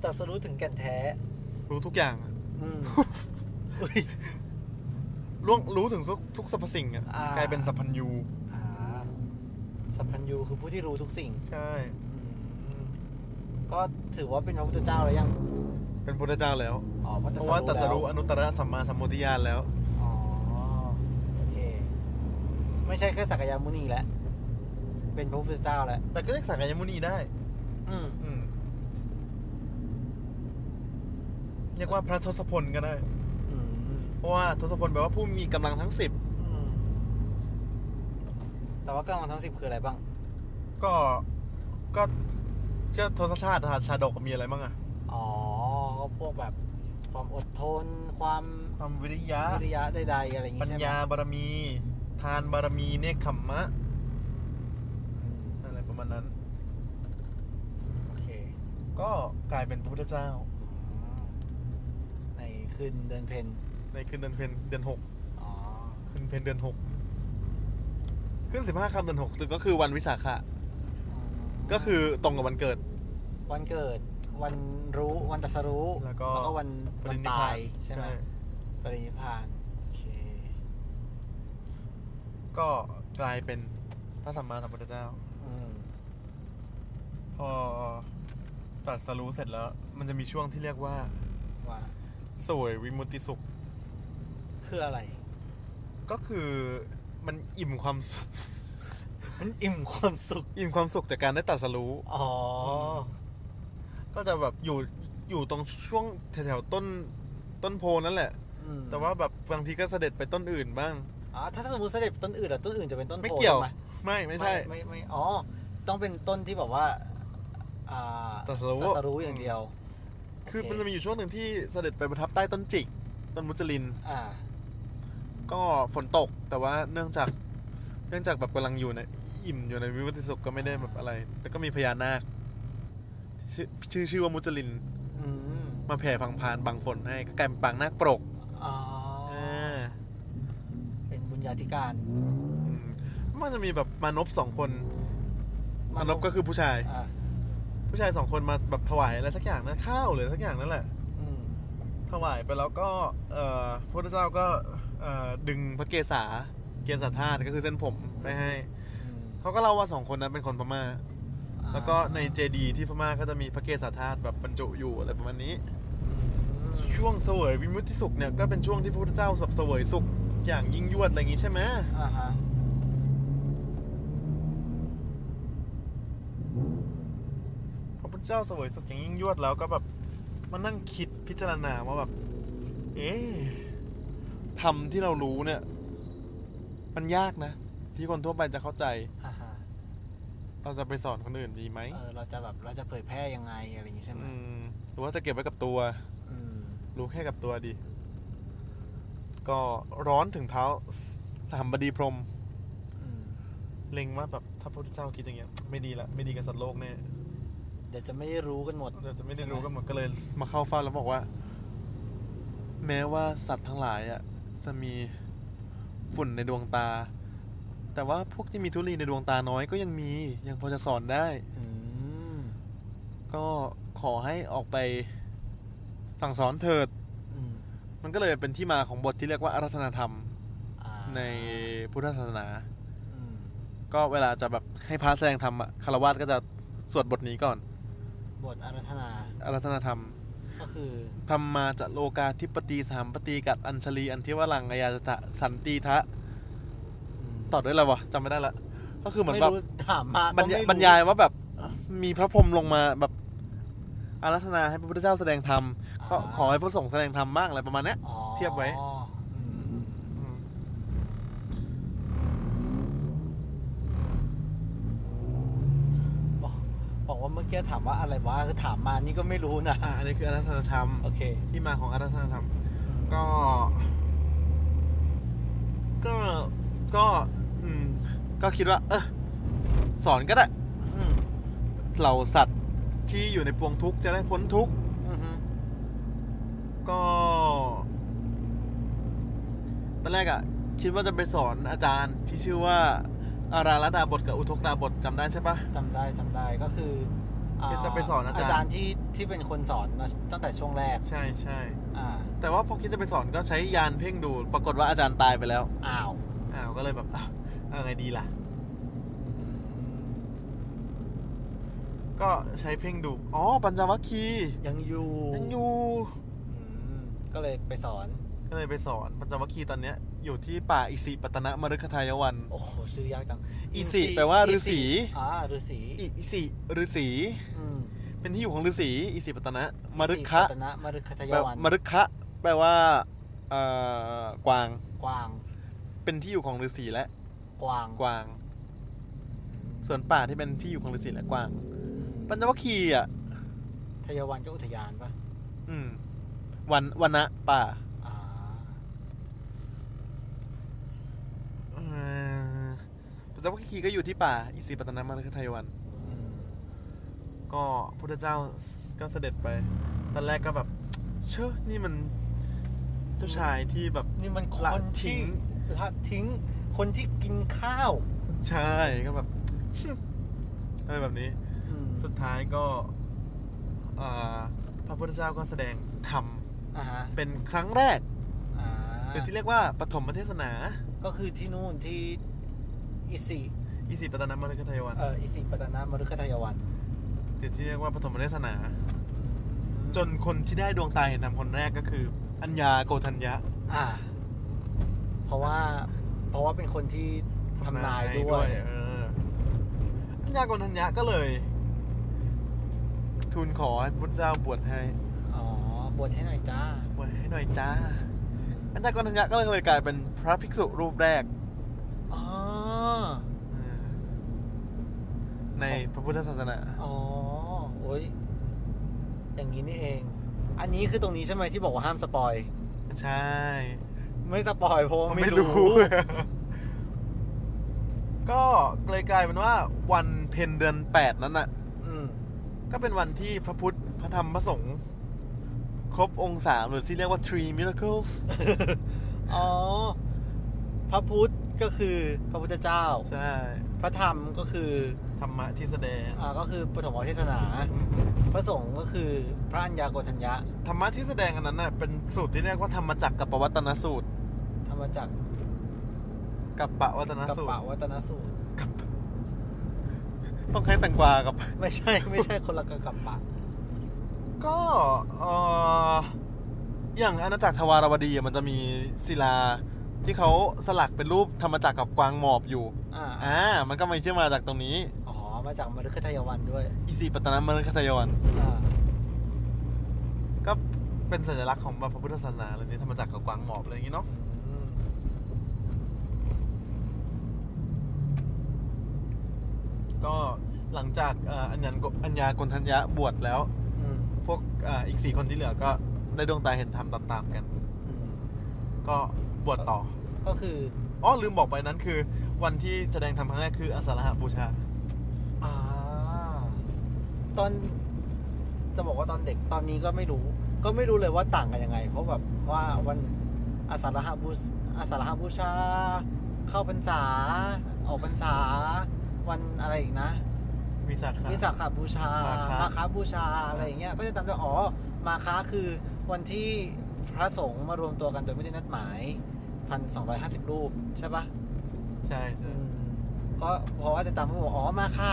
Speaker 1: ตรัสรู้ถึงแก่นแท้
Speaker 2: รู้ทุกอย่างอะ
Speaker 1: อื ม
Speaker 2: ล่วงรู้ถึงทุกทุกสรรพสิ่งอ่ะ
Speaker 1: อ่า
Speaker 2: กลายเป็นสัพพัญญู
Speaker 1: อ่า สัพพัญญูคือผู้ที่รู้ทุกสิ่ง
Speaker 2: ใช่
Speaker 1: อืม ก็ถือว่าเป็นพระพุทธเจ้าแล้วยัง
Speaker 2: เป็นพุทธเจ้าแล้ว
Speaker 1: อ๋อเพราะ
Speaker 2: เพราะว่าตรั
Speaker 1: ตรั
Speaker 2: ส
Speaker 1: สรู้
Speaker 2: รู้
Speaker 1: แล้ว
Speaker 2: อนุตตรสัมมาสัมโพธิญาณแล้ว
Speaker 1: อ๋อ โอเค ไม่ใช่แค่สักยามุนีแล้ว เป็นพระพุทธเจ้าแล้ว
Speaker 2: แต่ก็เรียกสังกายมุนีได้
Speaker 1: อืม
Speaker 2: อืมเรียกว่าพระทศพลก็ได้
Speaker 1: อืม
Speaker 2: เพราะว่าทศพลแปลว่าผู้มีกำลังทั้งสิบ
Speaker 1: อืม แต่ว่ากลางวันทั้งสิบคืออะไรบ้าง
Speaker 2: ก็ ก็เชื่อทศชาติทหารชาดกมีอะไรบ้างอะ
Speaker 1: อ๋อ ก็พวกแบบความอดทน ความ
Speaker 2: ความวิริยะ
Speaker 1: วิริยะใดๆอะไรอย่าง
Speaker 2: ปั
Speaker 1: งี้
Speaker 2: ญ
Speaker 1: ใช่ไหม
Speaker 2: ญาบารมี ทานบารมีเนคขมมะ
Speaker 1: อืม
Speaker 2: อะไรประมาณนั้น
Speaker 1: โอเค
Speaker 2: ก็กลายเป็นพระพุทธเจ้า
Speaker 1: อืมในคืนเดินเพน
Speaker 2: ในคืนเดือนเพนเดือนหก
Speaker 1: อ๋อ
Speaker 2: ขึ้นเพนเดือนหก ขึ้นสิบห้าคำเดือนหกก็คือวันวิสาขะ
Speaker 1: อืม
Speaker 2: ก็คือตรงกับวันเกิด
Speaker 1: วันเกิด วันรู้วันตรัสรู้
Speaker 2: แล้วก็
Speaker 1: วันวัน
Speaker 2: นิพพ
Speaker 1: ตาน ยใช่ไหมปรินิพพานโอเค
Speaker 2: ก็กลายเป็นพระสัมมาสัมพุทธเจ้า
Speaker 1: อืม
Speaker 2: พอตรัสรู้เสร็จแล้ว มันจะมีช่วงที่เรียกว่า
Speaker 1: ว่า
Speaker 2: สวยวิมุตติสุข
Speaker 1: คืออะไร
Speaker 2: ก็คือมันอิ่มความสุข
Speaker 1: มันอิ่มความสุข
Speaker 2: อิ่มความสุขจากการได้ตรัสรู้
Speaker 1: อ๋อ
Speaker 2: ก็จะแบบอยู่อยู่ตรงช่วงแถวๆต้นต้นโพนั่นแหละ
Speaker 1: อืม
Speaker 2: แต่ว่าแบบบางทีก็เสด็จไปต้นอื่นบ้าง
Speaker 1: อ๋อถ้าสมมติเสด็จต้นอื่นอะต้นอื่นจะเป็นต้น
Speaker 2: ไม่
Speaker 1: โพ
Speaker 2: เกี่ยว
Speaker 1: ใช่ห
Speaker 2: ไม่ไม่ใช่
Speaker 1: ไม่ไม่อ๋อ ต้องเป็นต้นที่แบบว่า อ่า
Speaker 2: ตรัสรู้
Speaker 1: ตรัสรู้อย่างเดียว
Speaker 2: คือ
Speaker 1: โอเค
Speaker 2: มันจะมีอยู่ช่วงหนึ่งที่เสด็จไปประทับใต้ต้นจิก ต้นมุจลิน
Speaker 1: อ่า
Speaker 2: ก็ฝนตก แต่ว่าเนื่องจาก เนื่องจากแบบกำลังอยู่ในอิ่มอยู่ในวิวัฒสุขก็ไม่ได้แบบอะไร แต่ก็มีพญานาคชื่อชื่อชื่อว่ามุจลิน
Speaker 1: อืม
Speaker 2: มาแผ่พังพานบังฝนให้ก็กลายเป็นปางนาคปรก
Speaker 1: อ๋ออ
Speaker 2: อ่า
Speaker 1: เป็นบุญญาธิการ
Speaker 2: อืมมันจะมีแบบมานพสองคน มานพก็คือผู้ชาย
Speaker 1: อ่า
Speaker 2: ผู้ชายสองคนมาแบบถวายอะไรสักอย่างนะข้าวหรือสักอย่างนั่นแหละ
Speaker 1: อืม
Speaker 2: ถวายไปแล้วก็เอ่อพระพุทธเจ้าก็เอ่อดึงพระเกศาเกศาธาตุก็คือเส้นผมไปให้
Speaker 1: อืม
Speaker 2: เขาก็เล่าว่าสองคนนั้นเป็นคนพม่า
Speaker 1: อ่า
Speaker 2: แล้วก็ในเจดีย์ที่พม่าก็จะมีพระเกศาธาตุแบบบรรจุอยู่อะไรประมาณนี้
Speaker 1: อืม
Speaker 2: ช่วงเสวยวิมุตติสุขเนี่ยก็เป็นช่วงที่พระพุทธเจ้าสับเสวยสุขอย่างยิ่งยวดอะไรอย่างนี้ใช่ไหม
Speaker 1: อ่าฮะ
Speaker 2: พระพุทธเจ้าเสวยสุขอย่างยิ่งยวดแล้วก็แบบมานั่งคิดพิจารณาว่าแบบ เอ๊ะทำที่เรารู้เนี่ย มันยากนะ ที่คนทั่วไปจะเข้าใจ
Speaker 1: อ่าฮะ
Speaker 2: เราจะไปสอนคนอื่นดีไหม
Speaker 1: เออเราจะแบบเราจะเผยแพร่ยังไงอะไรอย่างงี้ใช่ไหม
Speaker 2: อืมหรือว่าจะเก็บไว้กับตัว
Speaker 1: อืม
Speaker 2: รู้แค่กับตัวดี ก็ร้อนถึงเท้าสามบดีพรหม
Speaker 1: อืม
Speaker 2: เล็งว่าแบบถ้าพระพุทธเจ้าคิดอย่างเงี้ย ไม่ดีละไม่ดีกับสัตว์โลกแน่
Speaker 1: เดี๋ยวจะไม่ได้รู้กันหมด
Speaker 2: เราจะไม่
Speaker 1: ใช่
Speaker 2: ได้
Speaker 1: ไหม
Speaker 2: รู้กันหมดก็เลย มาเข้าเฝ้าแล้วบอกว่า แม้ว่าสัตว์ทั้งหลายอ่ะ จะมีฝุ่นในดวงตา แต่ว่าพวกที่มีทุลีในดวงตาน้อยก็ยังมียังพอจะสอนได้
Speaker 1: อืม
Speaker 2: ก็ขอให้ออกไปสั่งสอนเถิด
Speaker 1: อืม
Speaker 2: มันก็เลยเป็นที่มาของบทที่เรียกว่าอารัธนาธรรม
Speaker 1: อ่า
Speaker 2: ในพุทธศาสนา
Speaker 1: อืม
Speaker 2: ก็เวลาจะแบบให้พระแสดงธรรมอะคารวาสก็จะสวดบทนี้ก่อน
Speaker 1: บทอารัธนา
Speaker 2: อารัธนาธรรม
Speaker 1: ก็คือ
Speaker 2: ธรรมมาจะโลกาธิปตีสามปตีกัดอัญชลีอันทิวรังอายาจจะสันติทะ
Speaker 1: ม
Speaker 2: ต่อด้วยอะไรวะจำไม่ได้ละ ก็คือเหมือน
Speaker 1: ไม่
Speaker 2: แบบ
Speaker 1: รู้ถามมา
Speaker 2: บ
Speaker 1: ก็
Speaker 2: รรยา
Speaker 1: ไม่
Speaker 2: บรรยายว่าแบบมีพระพรหมลงมาแบบอารัธนาให้พระพุทธเจ้าแสดงธรรมก็ขอให้พระสงฆ์แสดงธรรมบ้างอะไรประมาณเนี้ย
Speaker 1: อ๋อ
Speaker 2: เทียบไว้
Speaker 1: อืม
Speaker 2: อืม
Speaker 1: บอกบอกว่าเมื่อกี้ถามว่าอะไรวะคือถามมานี่ก็ไม่รู้นะ
Speaker 2: อ่ะอันนี้คืออารัธนาธรรม
Speaker 1: โอเค
Speaker 2: ที่มาของอารัธนาธรรม ก็ ก็ ก็ อืม ก็คิดว่า เออสอนก็ได้
Speaker 1: อืม
Speaker 2: เหล่าสัตว์ที่อยู่ในปวงทุกข์จะได้พ้นทุกข์
Speaker 1: อือฮึ
Speaker 2: ก็ ตอนแรกอะคิดว่าจะไปสอนอาจารย์ที่ชื่อว่า อาราลดาบทกับอุทกดาบทจำได้ใช่ปะ
Speaker 1: จำได้จำได้ก็คืออ่า
Speaker 2: ก็จะไปสอนอาจารย์
Speaker 1: อาจารย์ที่ที่เป็นคนสอนมาตั้งแต่ช่วงแรก
Speaker 2: ใช่ใช่
Speaker 1: อ่า
Speaker 2: แต่ว่าพอคิดจะไปสอนก็ใช้ยานเพ่งดู ปรากฏว่าอาจารย์ตายไปแล้ว
Speaker 1: อ้าว
Speaker 2: อ้าว ก็เลยแบบอ้าวเอาไงดีล่ะ
Speaker 1: อืม
Speaker 2: ก็ใช้เพ่งดู อ๋อ ปัญจวัคคีย์
Speaker 1: ยังอยู่
Speaker 2: ยังอยู่
Speaker 1: อืมก็เลยไปสอน
Speaker 2: ก็เลยไปสอนปัญจวัคคีย์ตอนเนี้ยอยู่ที่ป่าอิสิปตนะมฤคทายวัน
Speaker 1: โอ้โหชื่อยากจัง
Speaker 2: อิสิแปลว่าฤาษี
Speaker 1: อ่าฤาษี
Speaker 2: อิอิสิฤาษี
Speaker 1: อืม
Speaker 2: เป็นที่อยู่ของฤาษีอิสิปตนะมฤ
Speaker 1: อิสิ
Speaker 2: คะ
Speaker 1: ปตนะมฤคทา
Speaker 2: แป
Speaker 1: ย
Speaker 2: ล
Speaker 1: วัน
Speaker 2: มฤคะแปลว่าเอ่อกวาง
Speaker 1: กวาง
Speaker 2: เป็นที่อยู่ของฤาษีและ
Speaker 1: กวาง
Speaker 2: กวาง ส่วนป่าที่เป็นที่อยู่ของฤาษีและกวาง ปัญจวัคคีย์อ่ะ
Speaker 1: ทายวันก็อุทยานปะ
Speaker 2: อืมวันวันะป่า
Speaker 1: อ่า
Speaker 2: เอ่อปัญจวัคคีย์ก็อยู่ที่ป่าอิสิปตนะมฤคทายวัน
Speaker 1: อืม
Speaker 2: ก็พุทธเจ้าก็เสด็จไป ตอนแรกก็แบบ เชื่อนี่มันเจ้าชายที่แบบ
Speaker 1: นี่มันค
Speaker 2: ละ
Speaker 1: นที่
Speaker 2: ทิ้ง
Speaker 1: ละทิ้ง คนที่กินข้าว
Speaker 2: ใช่ก็แบบ อะไรแบบนี้
Speaker 1: อืม
Speaker 2: สุดท้ายก็อ่าพระพุทธเจ้าก็แสดงธรรม
Speaker 1: อ่าฮะ
Speaker 2: เป็นครั้งแรก
Speaker 1: อ่า
Speaker 2: หรือที่เรียกว่าปฐมเทศนา
Speaker 1: ก็คือที่นู่นที่อิสิ
Speaker 2: อิสิปตนมฤคทายวัน
Speaker 1: เอ่ออิสิปตนะมฤคทายวัน
Speaker 2: หรือที่เรียกว่าปฐมเทศนา
Speaker 1: อืม
Speaker 2: จนคนที่ได้ดวงตาเห็นธรรมคนแรกก็คือ อัญญาโกทัญญะ
Speaker 1: อ่า เพราะว่าเพราะว่าเป็นคนที่ทำนายด้วย
Speaker 2: เอออัญญาโกทัญญะก็เลย ทูลขอให้พุทธเจ้าบวชให้
Speaker 1: อ๋อบวชให้หน่อยจ้า
Speaker 2: บวชให้หน่อยจ้า อัญญาโกทัญญะก็เลยกลายเป็นพระภิกษุรูปแรก
Speaker 1: อ๋อ
Speaker 2: ในพระพุทธศาสนา
Speaker 1: อ๋อ โอ้ย อย่างนี้นี่เอง อันนี้คือตรงนี้ใช่ไหมที่บอกว่าห้ามสปอย
Speaker 2: ใช่
Speaker 1: ไม่สปอยเพราะว่าไม่
Speaker 2: ไม่
Speaker 1: รู้
Speaker 2: รู้ ก็เลยกลายเป็นว่าวันเพ็ญเดือนแปดนั้นน่ะ
Speaker 1: อืม
Speaker 2: ก็เป็นวันที่พระพุทธ พระธรรม พระสงฆ์ครบองค์สามหรือที่เรียกว่า three miracles
Speaker 1: อ๋อ พระพุทธก็คือพระพุทธเจ้า
Speaker 2: ใช่
Speaker 1: พระธรรมก็คือ
Speaker 2: ธรรมะที่แสดง
Speaker 1: อ่า ก็คือปฐมเทศนา พระสงฆ์ก็คือพระอัญญาโกฏัญญะ
Speaker 2: ธรรมะที่แสดงอันนั้นน่ะเป็นสูตรที่เรียกว่าธรรมจักรกับปวัตตนสูตร
Speaker 1: ธรรมจักร
Speaker 2: กับปวัตตน
Speaker 1: กับ
Speaker 2: สูต
Speaker 1: ปะ
Speaker 2: ร
Speaker 1: วัตนสูตร
Speaker 2: ต้องให้แตังกวากับ
Speaker 1: ไม่ใช่ ไม่ใช่คนละกับกับปะ
Speaker 2: ก็เอ่ออย่างอาณาจักรทวารวดีอะมันจะมีศิลาที่เขาสลักเป็นรูปธรรมจักรกับกวางหมอบอยู่
Speaker 1: อ่า
Speaker 2: อ่า มันก็ไม่เชื่อมาจากตรงนี้
Speaker 1: อ๋อ มาจากมฤคทายวันด้วย
Speaker 2: อีสีปตนามฤคทายวัน
Speaker 1: อ่า
Speaker 2: ก็เป็นสัญลักษณ์ของพระพุทธศาสนาเลยนี่ธรรมจักรกับกวางหมอบอะไรอย่างงี้เนาะ
Speaker 1: อืม
Speaker 2: หลังจากเอ่ออัญญากอัญญากนทัญญะบวชแล้ว
Speaker 1: อืม
Speaker 2: พวกเอ่ออีกสี่คนที่เหลือก็ได้ดวงตาเห็นธรรมตามๆกัน
Speaker 1: อืม
Speaker 2: ก็บวชต่อ
Speaker 1: ก็คือ
Speaker 2: อ๋อลืมบอกไปนั้นคือ วันที่แสดงธรรมครั้งแรกคืออสาฬหบูชา
Speaker 1: อ่า ตอนจะบอกว่าตอนเด็กตอนนี้ก็ไม่รู้ ก็ไม่รู้เลยว่าต่างกันยังไง เพราะแบบว่าวันอาสาฬหบูชอาสาฬหบูชา เข้าพรรษา ออกพรรษา วันอะไรอีกนะ
Speaker 2: มีสาขา
Speaker 1: วิสาขบูชา
Speaker 2: มาฆะ
Speaker 1: มาค้าบูชาอะไรอย่างเงี้ย ก็จะจำได้อ๋อ มาค้าคือวันที่พระสงฆ์มารวมตัวกันโดยไม่ได้นัดหมายพันสองร้อยห้าสิบรูปใช่ปะ
Speaker 2: ใช่ใช่
Speaker 1: อืมเพราะเพราะว่าจะจำเขาบอกอ๋อ มา ค่า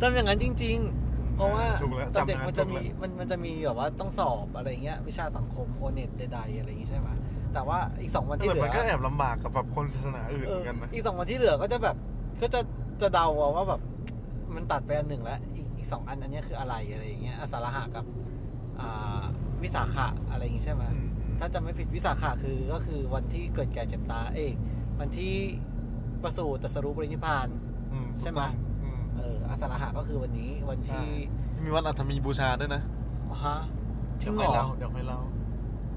Speaker 1: จำอย่างนั้นจริง ๆ เพราะว่า
Speaker 2: ถูกแล้ว
Speaker 1: ตอนเด็ก
Speaker 2: จำงา
Speaker 1: มันจะ
Speaker 2: ถู
Speaker 1: มี
Speaker 2: แล้ว
Speaker 1: มันมันจะมีแบบว่าต้องสอบอะไรเงี้ย วิชาสังคมโอเน็ตใดๆอะไรอย่างงี้ใช่ไหมแต่ว่าอีกสองวันที่เห
Speaker 2: แต่
Speaker 1: ลือ
Speaker 2: มันก็แอบลำบากกับแบบคนศาสนาอื่น
Speaker 1: เอ
Speaker 2: เห
Speaker 1: อ
Speaker 2: มือนกันนะ
Speaker 1: อีกสองวันที่เหลือก็จะแบบก็จะจะเดาเอาว่าแบบ มันตัดไปอันหนึ่งแล้ว อีกอีกสองอันอันเนี้ยคืออะไรอะไรอย่างเงี้ยอสารหะกับอ่าวิสาขะอะไรอย่างงี้ใช่ไหมถ้าจำไม่ผิดวิสาขะคือก็คือวันที่เกิดแก่เจ็บตายเอยวันที่ประสูติตรัสรู้ปรินิพพาน
Speaker 2: อืม
Speaker 1: ใช่ไหม
Speaker 2: อืม
Speaker 1: เอออสารหะก็คือวันนี้วันที่
Speaker 2: ใมีวันอัฐมีบูชาด้วยนะ
Speaker 1: ฮะ
Speaker 2: เดี๋
Speaker 1: ที่
Speaker 2: ยว
Speaker 1: ง
Speaker 2: ค่อย
Speaker 1: อ
Speaker 2: เล่าเดี๋ยวค่อยเล่า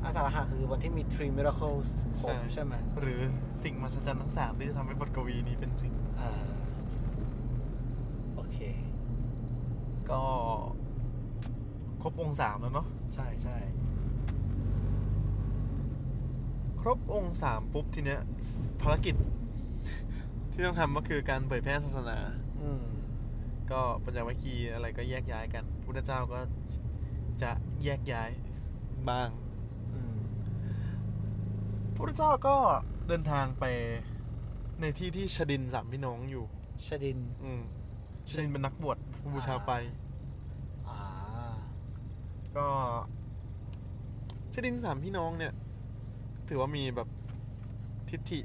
Speaker 1: อสารหะคือวันที่มี three miracles ครบ
Speaker 2: ใช่
Speaker 1: ใช่ไหม
Speaker 2: หรือสิ่งมหัศจรรย์ทั้งสามที่จะทำให้บทกวีนี้เป็นจริง
Speaker 1: อ่า โอเค
Speaker 2: ก็ครบองค์สามแล้วเนาะ
Speaker 1: ใช่ใช่
Speaker 2: ครบองค์สามปุ๊บทีเนี้ยภารกิจ ที่ต้องทำก็คือการเผยแพร่ศาสนา
Speaker 1: อืม
Speaker 2: ก็ปัญญาวิคีอะไรก็แยกย้ายกันพุทธเจ้าก็จะแยกย้ายบ้าง
Speaker 1: อืม
Speaker 2: พุทธเจ้าก็เดินทางไปในที่ที่ชดินสามพี่น้องอยู่
Speaker 1: ชดิน
Speaker 2: อืมชดินเป็นนักบวชบูชาไฟ
Speaker 1: อ่า
Speaker 2: ก็ชดินสามพี่น้องเนี่ย ถือว่ามีแบบทิฏฐิ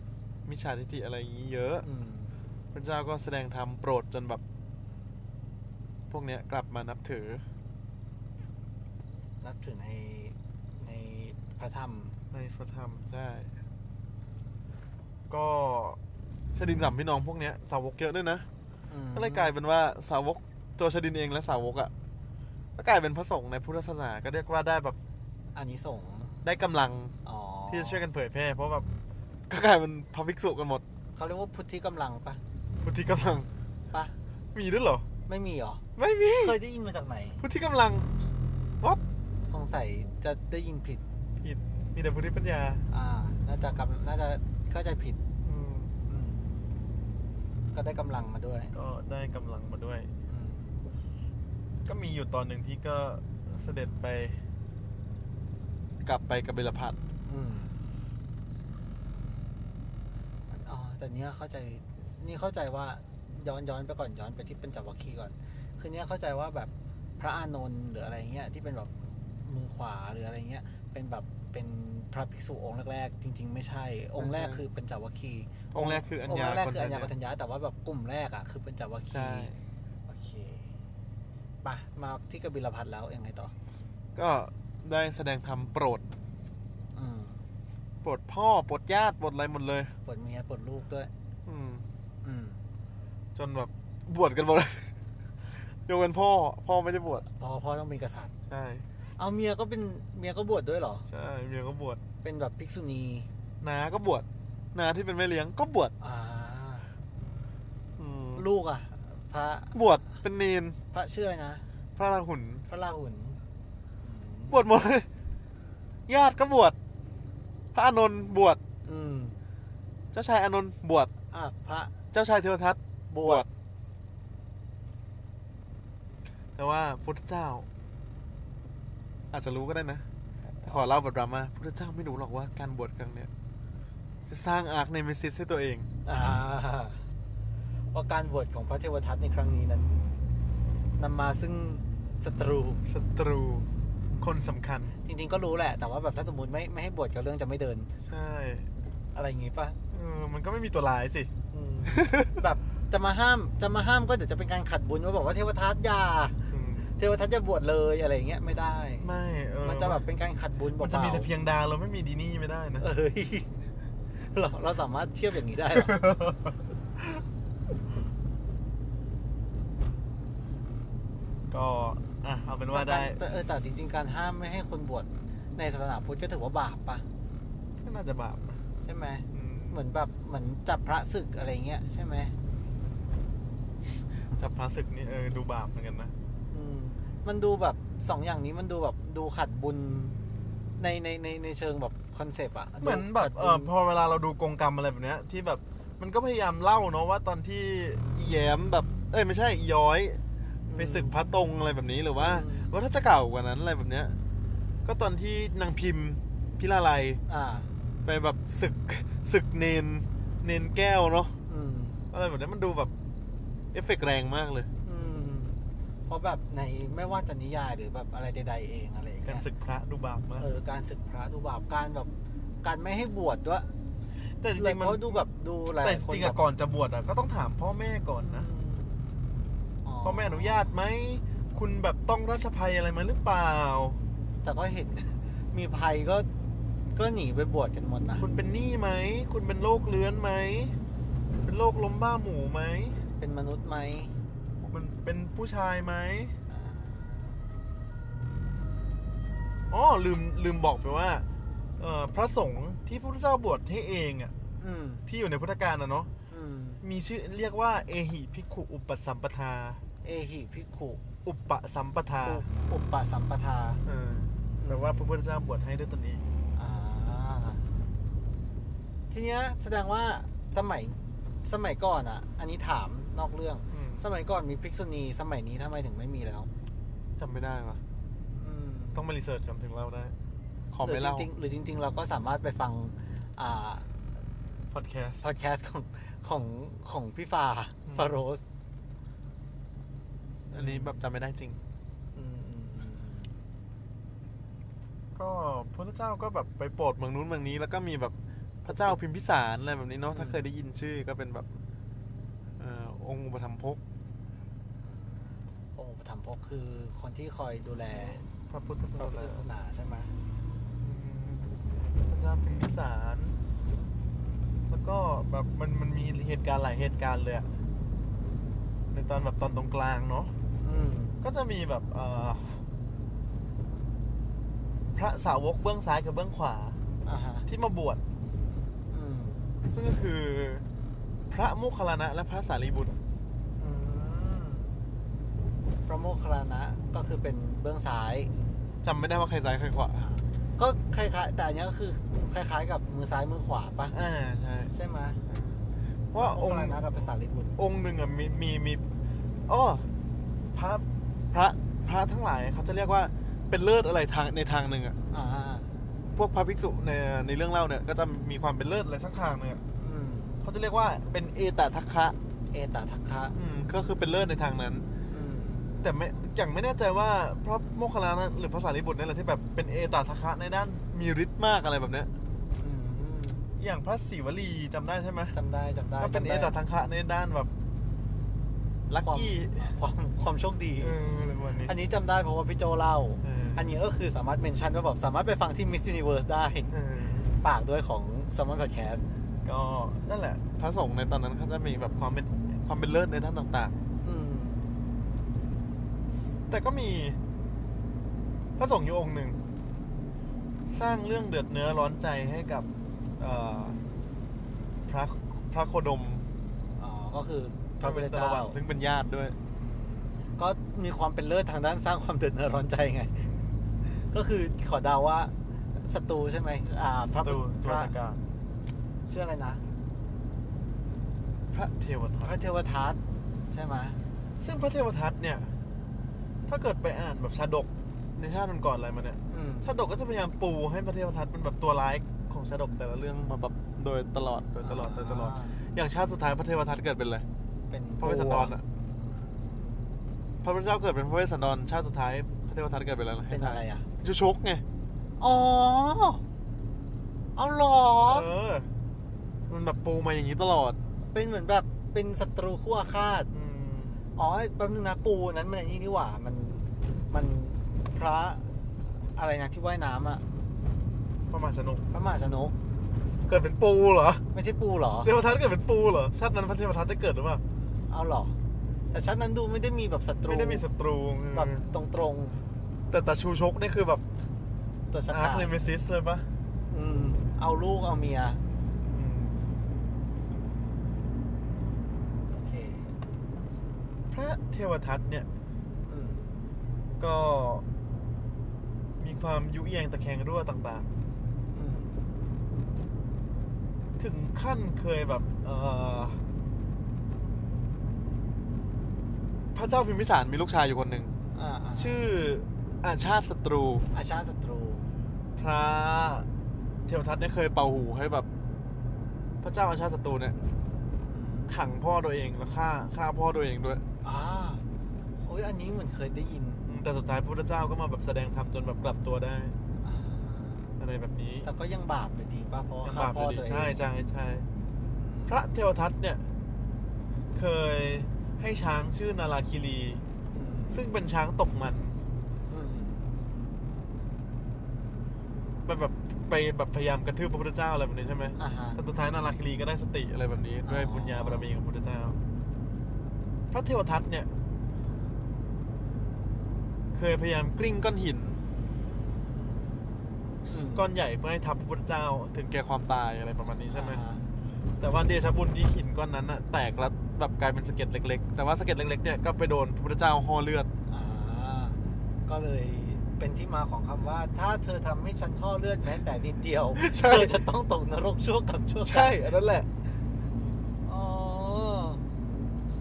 Speaker 2: มิจฉาทิฏฐิอะไรอย่างนี้เยอะ
Speaker 1: อืม
Speaker 2: พระเจ้าก็แสดงธรรมโปรดจนแบบ พวกเนี้ยกลับมานับถือ
Speaker 1: นับถือใน ในพระธรรม
Speaker 2: ในพระธรรมใช่ ก็ชดินสามพี่น้องพวกเนี้ยสาวกเยอะด้วยนะ
Speaker 1: อืม
Speaker 2: ก็เลยกลายเป็นว่าสาวกตัวชดินเองและสาวกอะ่ะก็กลายเป็นพระสงฆ์ในพุทธศาสนาก็เรียกว่าได้แบบ
Speaker 1: อันนี้สงส์
Speaker 2: ได้กำลัง
Speaker 1: อ๋อ
Speaker 2: ที่จะช่วยกันเผยแพร่เพราะแบบก็กลายเป็นพระภิกษุกันหมด
Speaker 1: เขาเรียกว่าพุทธิกำลังปะ
Speaker 2: พุทธิกำลัง
Speaker 1: ปะ
Speaker 2: มีด้วยเหรอ
Speaker 1: ไม่มีเหรอ
Speaker 2: ไม่มี
Speaker 1: เคยได้ยินมาจากไหน
Speaker 2: พุทธิกำลัง
Speaker 1: สงสัยจะได้ยินผิด
Speaker 2: ผิดมีแต่พุทธิปัญญา
Speaker 1: อ่า น่าจะกำน่าจะเข้าใจผิด
Speaker 2: อืม
Speaker 1: อืม ก็ได้กำลังมาด้วย
Speaker 2: ก็ได้กำลังมาด้วย
Speaker 1: อืม
Speaker 2: ก็มีอยู่ตอนหนึ่งที่ก็เสด็จไป กลับไปกับเบลพัท
Speaker 1: อืมอ๋อแต่เนี้ยเข้าใจนี่เข้าใจว่าย้อนย้อนไปก่อนย้อนไปที่เป็นจักรวัคคีย์ก่อน คือเนี้ยเข้าใจว่าแบบพระอานนท์หรืออะไรเงี้ยที่เป็นแบบมือขวาหรืออะไรเงี้ยเป็นแบบเป็นพระภิกษุองค์แรกๆจริง ๆ ไม่ใช่ องค์แรกคือเป็นจักรวัคคีย์
Speaker 2: องค์แรกคืออัญ
Speaker 1: อง
Speaker 2: ญา
Speaker 1: ค์แรกคือ
Speaker 2: ทั
Speaker 1: อัญญาปัญญาแต่ว่าแบบกลุ่มแรกอ่ะคือเป็นจักรวัคคี
Speaker 2: ใช่
Speaker 1: ย์โอเคไปะมาที่กบิลพัทแล้วยังไงต่อ
Speaker 2: ก็ได้แสดงธรรมโปรด
Speaker 1: อืม
Speaker 2: โปรดพ่อ โปรดญาติ โปรดอะไรหมดเลย
Speaker 1: ปวดเมียปวดลูกด้วย
Speaker 2: อืม
Speaker 1: อืม
Speaker 2: จนแบบบวชกันหมดเลย ยกเว้นพ่อ พ่อไม่ได้บวช
Speaker 1: พอพ่อต้องเป็นกษัตริย์
Speaker 2: ใช่
Speaker 1: เอาเมียก็เป็นเมียก็บวชด้วยเหรอ
Speaker 2: ใช่ เมียก็บวช
Speaker 1: เป็นแบบภิกษุณี
Speaker 2: นา ก็บวชนาที่เป็นแม่เลี้ยงก็บวช
Speaker 1: อ่า
Speaker 2: อืม
Speaker 1: ลูกอ่ะ พระ
Speaker 2: บวชเป็นเนน
Speaker 1: พระชื่ออะไรนะ
Speaker 2: พระราหุล
Speaker 1: พระราหุล
Speaker 2: บวชหมดเลย ญาติก็บวช พระอานนท์บวช
Speaker 1: อืม
Speaker 2: เจ้าชายอานนท์บวช
Speaker 1: อ่ะ พระ
Speaker 2: เจ้าชายเทวทั
Speaker 1: บ
Speaker 2: ต
Speaker 1: บ ว
Speaker 2: ว
Speaker 1: ช
Speaker 2: ช แต่ว่าพุทธเจ้า อาจจะรู้ก็ได้นะแต่ขอเล่าแบบดราม่าพุทธเจ้าไม่รู้หรอกว่าการบวชครั้งเนี้ยจะสร้างอาร์คในเมซิสให้ตัวเอง
Speaker 1: อ่าว่าการบวชของพระเทวทัตในครั้งนี้นั้นนำมาซึ่งศัตรู
Speaker 2: ศัตรู คนสำคัญ
Speaker 1: จริง ๆ ก็รู้แหละ แต่ว่าแบบถ้าสมมติไม่ไม่ให้บวชก็เรื่องจะไม่เดิน
Speaker 2: ใช่
Speaker 1: อะไรอย่างงี้ปะ
Speaker 2: เออมันก็ไม่มีตัวร้ายสิ
Speaker 1: อื ม แบบจะมาห้ามจะมาห้ามก็เดี๋ยวจะเป็นการขัดบุญว่าบอกว่าเทวทัตอย่า
Speaker 2: อืม
Speaker 1: เทวทัตจะบวชเลยอะไรอย่างเงี้ยไม่ได้
Speaker 2: ไม่เออ
Speaker 1: มันจะแบบเป็นการขัดบุญเป
Speaker 2: มันจะ
Speaker 1: ล่า
Speaker 2: มีแต่เพียงดาวเราไม่มีดีนี่ไม่ได้นะ
Speaker 1: ๆเอ้ย เราเราสามารถเทียบอย่างนี้ได้เหรอ
Speaker 2: ก็อ่ะเอาเป็นว่า
Speaker 1: แต่
Speaker 2: ได้
Speaker 1: แต่เออแต่จริง ๆ การห้ามไม่ให้คนบวชในศาสนาพุทธก็ถือว่าบาปปะ
Speaker 2: ก็น่าจะบาปนะ
Speaker 1: ใช่ไหม
Speaker 2: อืม
Speaker 1: เหมือนแบบเหมือนจับพระศึกอะไรเงี้ยใช่ไหม
Speaker 2: จับพระศึกนี่เออดูบาปเหมือนกันนะ
Speaker 1: อืมมันดูแบบสองอย่างนี้มันดูแบบดูขัดบุญในในในในเชิงแบบคอนเซปต์อะ
Speaker 2: เหมือนแบ
Speaker 1: ขั
Speaker 2: บ
Speaker 1: ด
Speaker 2: เอ
Speaker 1: บุ
Speaker 2: อ
Speaker 1: ญ
Speaker 2: พอเวลาเราดูกรงกรรมอะไรแบบเนี้ย ที่แบบมันก็พยายามเล่าเนาะว่าตอนที่อีแย้มแบบ เอ้ยไม่ใช่อีย้อย
Speaker 1: ม
Speaker 2: ไปศึกพระตรงอะไรแบบนี้หรือว่า
Speaker 1: อืม
Speaker 2: ว่าถ้าจะเก่ากว่านั้นอะไรแบบเนี้ย ก็ตอนที่นางพิมพ์พิลาไลย
Speaker 1: อ่า
Speaker 2: ไปแบบศึกศึกเนนเนนแก้วเนาะ
Speaker 1: อืม
Speaker 2: อะไรแบบเนี้ยมันดูแบบเอฟเฟกต์แรงมากเลย
Speaker 1: อืม เพราะแบบในไม่ว่าจะนิยายหรือแบบอะไรใดๆเองอะไรอย่าง
Speaker 2: กา
Speaker 1: เงี้
Speaker 2: ร
Speaker 1: ย
Speaker 2: ศึกพระดูบาปมาก
Speaker 1: เออการศึกพระดูบาปการแบบการไม่ให้บวชด้วย
Speaker 2: แต่จ
Speaker 1: เลย
Speaker 2: ริงๆ
Speaker 1: เพ
Speaker 2: มัน
Speaker 1: ราะดูแบบดูหลาย
Speaker 2: แต่จ
Speaker 1: ๆคน
Speaker 2: ริงๆ
Speaker 1: แบ
Speaker 2: อะ
Speaker 1: บ
Speaker 2: ก่อนจะบวชอะก็ต้องถามพ่อแม่ก่อนนะ
Speaker 1: อ๋อ
Speaker 2: พ่อแม่อนุญาตไหม คุณแบบต้องราชภัยอะไรไหมหรือเปล่า
Speaker 1: แต่ก็เห็น มีภัยก็ก็หนีไปบวชกันหมดนะ
Speaker 2: คุณเป็นหนี้ไหม คุณเป็นโรคเลื้อนไหม เป็นโรคล้มบ้าหมูไหม
Speaker 1: เป็นมนุษย์ไหม
Speaker 2: มันเป็นผู้ชายไหม อ๋อ ลืม ลืมบอกไปว่า เอ่อ พระสงฆ์ที่พระพุทธเจ้าบวชให้เองอ่ะ
Speaker 1: อืม
Speaker 2: ที่อยู่ในพุทธการนะเนาะ
Speaker 1: อืม
Speaker 2: มีชื่อเรียกว่าเอหิภิกขุอุปสัมปทา
Speaker 1: เอหิพิขุ
Speaker 2: อุปสัมปทา
Speaker 1: อุอุปปสัมปทา
Speaker 2: เออแปลว่าพระพุทธเจ้าบวชให้ด้วยตนเอง
Speaker 1: อ่า ทีเนี้ยแสดงว่าสมัยสมัยก่อนอ่ะ อันนี้ถามนอกเรื่อง
Speaker 2: อืม
Speaker 1: สมัยก่อนมีภิกษุณี สมัยนี้ทำไมถึงไม่มีแล้ว
Speaker 2: จำไม่ได้วะ
Speaker 1: อืม
Speaker 2: ต้องมารีเสิร์ชกันถึงเล่าได้ ขอ
Speaker 1: หรื
Speaker 2: ไม่เล่า
Speaker 1: จริงๆหรือจริง ๆ เราก็สามารถไปฟัง อ่า
Speaker 2: พอดแคสต์
Speaker 1: พอดแคสต์ของของของพี่ฟา
Speaker 2: อืม
Speaker 1: ฟาโรส
Speaker 2: อันนี้แบบจำไม่ได้จริง
Speaker 1: อืมอืมอืม
Speaker 2: ก็พระเจ้าก็แบบไปโปรดเมืองนู้นเมืองนี้แล้วก็มีแบบพระเจ้าพิมพิสารอะไรแบบนี้เนาะถ้าเคยได้ยินชื่อก็เป็นแบบเอ่อองค์อุปถัมภก
Speaker 1: องค์ประถมภกคือคนที่คอยดูแล
Speaker 2: พระพุทธศา
Speaker 1: พระพุทธศา
Speaker 2: ส
Speaker 1: ส
Speaker 2: นา
Speaker 1: นาใช่ไหม
Speaker 2: อืมพระเจ้าพิมพิสาร แล้วก็แบบมันมันมีเหตุการณ์หลายเหตุการณ์เลยอะในตอนแบบตอนตรงกลางเนาะ
Speaker 1: อืม
Speaker 2: ก็จะมีแบบเอ่อพระสาวกเบื้องซ้ายกับเบื้องขวา
Speaker 1: อ่าฮะ
Speaker 2: ที่มาบวช
Speaker 1: อืม
Speaker 2: ซึ่งก็คือ พระโมคคัลลานะและพระสารีบุตร
Speaker 1: อืมพระโมคคัลลานะก็คือเป็นเบื้องซ้าย
Speaker 2: จำไม่ได้ว่าใครซ้ายใครขวา
Speaker 1: ก็คล้ายๆ แต่อันเนี้ยก็คือคล้าย ๆ กับมือซ้ายมือขวาปะ
Speaker 2: อ่าใช่
Speaker 1: ใช่ไหมย
Speaker 2: เพราะว่า
Speaker 1: โม
Speaker 2: อ
Speaker 1: ค
Speaker 2: ง
Speaker 1: คัล
Speaker 2: ค์
Speaker 1: ลานะกับภาษาลิบุตร
Speaker 2: องค์หนึ่งอ่ะมีมีมีอ้อพระพระพระทั้งหลายเขาจะเรียกว่าเป็นเลิศอะไรทางในทางหนึ่งอ่ะ
Speaker 1: อ่า
Speaker 2: พวกพระภิกษุในในเรื่องเล่าเนี่ย ก็จะมีความเป็นเลิศอะไรสักทางหนึ่งอะ
Speaker 1: อืม
Speaker 2: เขาจะเรียกว่าเป็นเอตทัคคะ
Speaker 1: เอตทัคคะ
Speaker 2: อืมก็คือเป็นเลิศในทางนั้น
Speaker 1: อืม
Speaker 2: แต่ไม่อย่างไม่แน่ใจว่าพระโมคคัลลานะหรือพระสารีบุตรเนี่ยแหละที่แบบเป็นเอตทัคคะในด้านมีฤทธิ์มากอะไรแบบเนี้ย
Speaker 1: อืม
Speaker 2: อย่างพระศิวลีจำได้ใช่ไหม
Speaker 1: จำได้จำได้
Speaker 2: ก็เป็น
Speaker 1: จำ
Speaker 2: เอ
Speaker 1: ได้
Speaker 2: ตทัคคะในด้านแบบลัค
Speaker 1: ความ
Speaker 2: กี้
Speaker 1: ความความโชคดี
Speaker 2: เอออะไรประมาณนี้
Speaker 1: อันนี้จำได้เพราะว่าพี่โจเล่า
Speaker 2: เออ
Speaker 1: อันนี้ก็คือสามารถเมนชั่นว่าแบบสามารถไปฟังที่ Miss Universe ได้
Speaker 2: เออ
Speaker 1: ฝากด้วยของ s ซ m มอนพอดแคสต์
Speaker 2: ก็นั่นแหละ พระสงฆ์ในตอนนั้นเขาจะมีแบบความเป็นความเป็นเลิศในด้านต่าง
Speaker 1: อืม
Speaker 2: ๆ แต่ก็มี พระสงฆ์อยู่องค์หนึ่ง สร้างเรื่องเดือดเนื้อร้อนใจให้กับเอ่อพระพระโคดม
Speaker 1: อ๋อ ก็คือพระพุทธ
Speaker 2: ส
Speaker 1: เจ้า
Speaker 2: วัสดิ์ซึ่งเป็นญาติด้วย
Speaker 1: ก็มีความเป็นเลิศทางด้านสร้างความเดือดเนื้อร้อนใจไง ก็คือขอเดาว่าศัตรูใช่ไหมอ่า พระ
Speaker 2: ตู
Speaker 1: พ
Speaker 2: ตุ
Speaker 1: ระ
Speaker 2: ลากา
Speaker 1: ชื่ออะไรนะ
Speaker 2: พระเทวทั
Speaker 1: พ
Speaker 2: ต
Speaker 1: ระเทวทัตใช่ไหม
Speaker 2: ซึ่งพระเทวทัตเนี่ย ถ้าเกิดไปอ่านแบบชาดกในชาติก่อนๆอะไรมาเนี่ย
Speaker 1: อืม
Speaker 2: ชาดกก็จะพยายามปูให้พระเทวทัตเป็นแบบตัวร้ายของชาดกแต่ละเรื่องมาแบบโดยตลอดโดยตลอดโดยตลอด
Speaker 1: า
Speaker 2: อย่างชาติสุดท้ายพระเทวทัตเกิดเป็นอะไร
Speaker 1: เป็น
Speaker 2: พระเวสสันดรอะพระพุทธเจ้าเกิดเป็นพระเวสสันดรชาติสุดท้ายพระเทวทัตเกิดเป็นอะไร
Speaker 1: เป็นอะไรอ่ะ
Speaker 2: ชูชกไง
Speaker 1: อ๋อ เอาเหรอ
Speaker 2: เออ มันแบบปูมาอย่างนี้ตลอด
Speaker 1: เป็นเหมือนแบบเป็นศัตรูคู่อาฆาต
Speaker 2: อืม
Speaker 1: อ๋อแป๊บนึงนะปูนั้นมันไอ้นี่นี่หว่า มันมันพระอะไรนะที่ว่ายน้ำอะ
Speaker 2: พระมหาสนุก
Speaker 1: พระมหาชนก
Speaker 2: เกิดเป็นปูเหรอ
Speaker 1: ไม่ใช่ปูเหรอ
Speaker 2: เทวทัตเกิดเป็นปูเหรอชาตินั้นพระเทวทัตได้เกิดหรือเปล่า
Speaker 1: เอาเหรอ แต่ชั้นนั้นดูไม่ได้มีแบบศัตรู
Speaker 2: ไม่ได้มีศัตรู
Speaker 1: แบบตรง
Speaker 2: แต่แต่ชูชกนี่คือแบบ
Speaker 1: ๆตัวชะ
Speaker 2: อาร์
Speaker 1: ตา
Speaker 2: คเนเมซิสเลยปะ
Speaker 1: อืมเอาลูกเอาเมีย
Speaker 2: อืม
Speaker 1: โอเค
Speaker 2: พระเทวทัตเนี่ย
Speaker 1: อืม
Speaker 2: ก็มีความยุแยงตะแคงรั่วต่าง
Speaker 1: อืม
Speaker 2: ๆ ถึงขั้นเคยแบบเอ่อพระเจ้าพิมพิสารมีลูกชายอยู่คนหนึ่ง
Speaker 1: อ่าอ่า
Speaker 2: ชื่ออาชาติศัตรู
Speaker 1: อาชาศัตรู
Speaker 2: พระเทวทัตเนี่ยเคยเป่าหูให้แบบ พระเจ้าอาชาติศัตรูเนี่ย
Speaker 1: อืม
Speaker 2: ขังพ่อตัวเองแล้วฆ่าฆ่าพ่อตัวเองด้วย
Speaker 1: อ่าโอ้ยอันนี้เหมือนเคยได้ยิน
Speaker 2: อืมแต่สุดท้ายพระพุทธเจ้าก็มาแบบแสดงธรรมจนแบบกลับตัวได้
Speaker 1: อ่า
Speaker 2: อะไรแบบนี้
Speaker 1: แต่ก็ยังบาปอยู่ดีป่ะเพราะว่า
Speaker 2: ยัง
Speaker 1: ฆ่า
Speaker 2: บาปอ
Speaker 1: พ่อยู่
Speaker 2: ดี
Speaker 1: ตัวเอง
Speaker 2: ใช่ใช่ใช่
Speaker 1: อืม
Speaker 2: พระเทวทัตเนี่ย เคยให้ช้างชื่อนาราคิรี
Speaker 1: อืม
Speaker 2: ซึ่งเป็นช้างตกมัน
Speaker 1: อืม
Speaker 2: ไปแบบไปแบบพยายามกระทืบพระพุทธเจ้าอะไรแบบนี้ใช่ไหม
Speaker 1: อ่าฮะ
Speaker 2: แต่สุดท้ายนาราคิรีก็ได้สติอะไรแบบนี้
Speaker 1: อ๋อ
Speaker 2: ด้วยบุญญาบารมีของพระพุทธเจ้า พระเทวทัตเนี่ย เคยพยายามกลิ้งก้อนหิน
Speaker 1: อืม
Speaker 2: ก้อนใหญ่เพื่อให้ทับพระพุทธเจ้า ถึงแก่ความตายอะไรประมาณนี้ใช่ไหม
Speaker 1: อ่าฮะ
Speaker 2: แต่ว่าเดชะบุญที่หินก้อนนั้นอะแตกแล้วแบบกลายเป็นสะเก็ดเล็ก ๆ แต่ว่าสะเก็ดเล็กๆเนี่ยก็ไปโดนพระพุทธเจ้าห่อเลือด
Speaker 1: อ่าก็เลยเป็นที่มาของคำว่า ถ้าเธอทำให้ฉันห่อเลือดแม้แต่นิดเดียว
Speaker 2: ใช่
Speaker 1: เธอจะต้องตกนรกชั่วกับชั่ว
Speaker 2: ใช่อันนั้นแหละ
Speaker 1: อ๋อ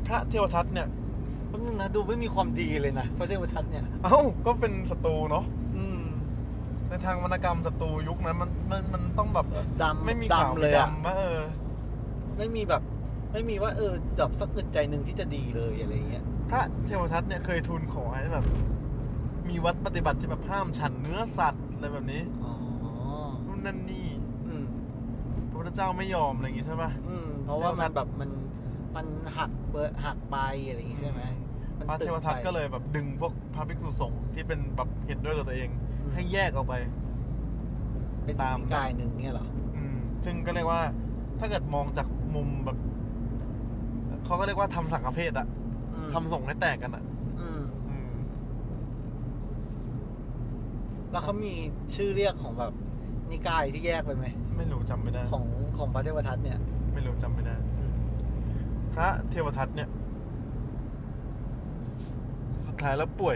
Speaker 2: พระเทวทัตเนี่ย
Speaker 1: แป๊บนึงนะดูไม่มีความดีเลยนะพระเจ้าประทัดเนี่ย
Speaker 2: เอ้า ก็เป็นศัตรูเนาะ
Speaker 1: อืม
Speaker 2: ในทางวรรณกรรมศัตรูยุคนั้นมันมันมันต้องแบบ
Speaker 1: ดำ
Speaker 2: ไม่มี
Speaker 1: ดำ
Speaker 2: ขาว
Speaker 1: เลย
Speaker 2: มี
Speaker 1: อะ
Speaker 2: ดำมาเออ
Speaker 1: ไม่มีแบบไม่มีว่าเออแบบสักอึดใจหนึ่งที่จะดีเลยอะไรเงี้ย
Speaker 2: พระเทวทัตเนี่ยเคยทูลขอให้แบบ มีวัดปฏิบัติที่แบบห้ามฉันเนื้อสัตว์อะไรแบบนี้
Speaker 1: อ๋อ
Speaker 2: นู่นนั่นนี่
Speaker 1: อืม
Speaker 2: พระพุทธเจ้าไม่ยอมอะไรอย่างงี้ใช่ปะ
Speaker 1: อืมเพราะว่ามันแบบมันมันหักเบอร์หักไปอะไรอย่างงี้ใช่ไหมมัน
Speaker 2: พระ
Speaker 1: ตึ
Speaker 2: เท
Speaker 1: ไป
Speaker 2: วทัตก็เลยแบบดึงพวกพระภิกษุสงฆ์ที่เป็นแบบเห็นด้วยกับตัวเอง
Speaker 1: อืม
Speaker 2: ให้แยกออกไป
Speaker 1: เป็น
Speaker 2: ตาม
Speaker 1: นิกายหนึ่งเนี่ยเหรอ
Speaker 2: อืม ซึ่งก็เรียกว่า ถ้าเกิดมองจากมุมแบบเขาก็เรียกว่าทำสังฆเภทอะ
Speaker 1: อืม
Speaker 2: ทำสงฆ์ให้แตกกันอะ
Speaker 1: อืมแล้วเขามีชื่อเรียกของแบบนิกายที่แยกไปไหม
Speaker 2: ไม่รู้จำไม่ได้
Speaker 1: ของของพระเทวทัตเนี่ย
Speaker 2: ไม่รู้จำไม่ได้
Speaker 1: อืม
Speaker 2: พระเทวทัตเนี่ย สุดท้ายแล้วป่วย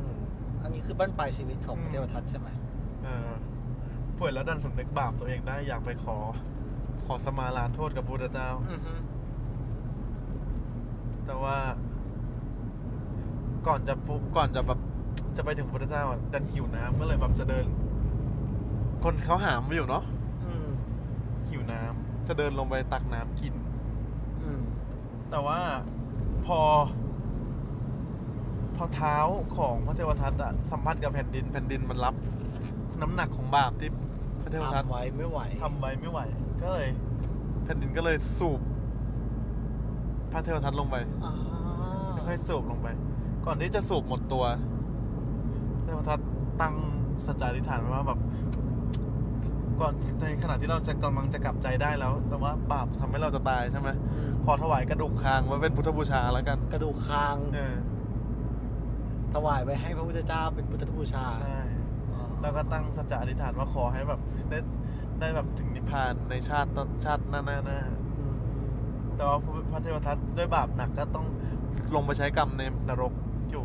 Speaker 1: อืมอันนี้คือบั้นปลายชีวิตของพระเทวทัตใช่ไหม
Speaker 2: เออ ป่วยแล้วดันสำนึกบาปตัวเองได้อยากไปขอ ขอสมาลาโทษกับพระพุทธเจ้า
Speaker 1: อือฮึ
Speaker 2: แต่ว่า ก่อนจะปุ๊บก่อนจะแบบจะไปถึงพระพุทธเจ้าอะดันหิวน้ำก็เลยแบบจะเดิน คนเขาหามมาอยู่เนาะ
Speaker 1: อืม
Speaker 2: หิวน้ำจะเดินลงไปตักน้ำกิน
Speaker 1: อืม
Speaker 2: แต่ว่าพอ พอเท้าของพระเทวทัตอะสัมผัสกับแผ่นดินแผ่นดินมันรับ น้ำหนักของบาปที่พระเทวทัต
Speaker 1: ทำไว้ไม่ไหว
Speaker 2: ทำไว้ไม่ไหว ก็เลย แผ่นดินก็เลยสูบ พระเทวทัตลงไป
Speaker 1: อ่า
Speaker 2: ค่อยๆสูบลงไป ก่อนที่จะสูบหมดตัวพระเทวทัตตั้งสัจจะอธิษฐานไว้ว่าแบบ ก่อนในขณะที่เราจะกำลังจะกลับใจได้แล้ว แต่ว่าบาปทำให้เราจะตายใช่ไหมขอถวายกระดูกคางไว้เป็นพุทธบูชาแล้วกัน
Speaker 1: กระดูกคาง
Speaker 2: เออ
Speaker 1: ถวายไปให้พระพุทธเจ้าเป็นพุทธบูชา
Speaker 2: ใช่ แล้วก็ตั้งสัจจะอธิษฐานว่าขอให้แบบได้ได้แบบถึงนิพพานในชาติต้นชาติหน้าหน้าหน้า
Speaker 1: อืม
Speaker 2: แต่ว่าพระเทวทัตด้วยบาปหนักก็ต้องลงไปใช้กรรมในนรกอยู่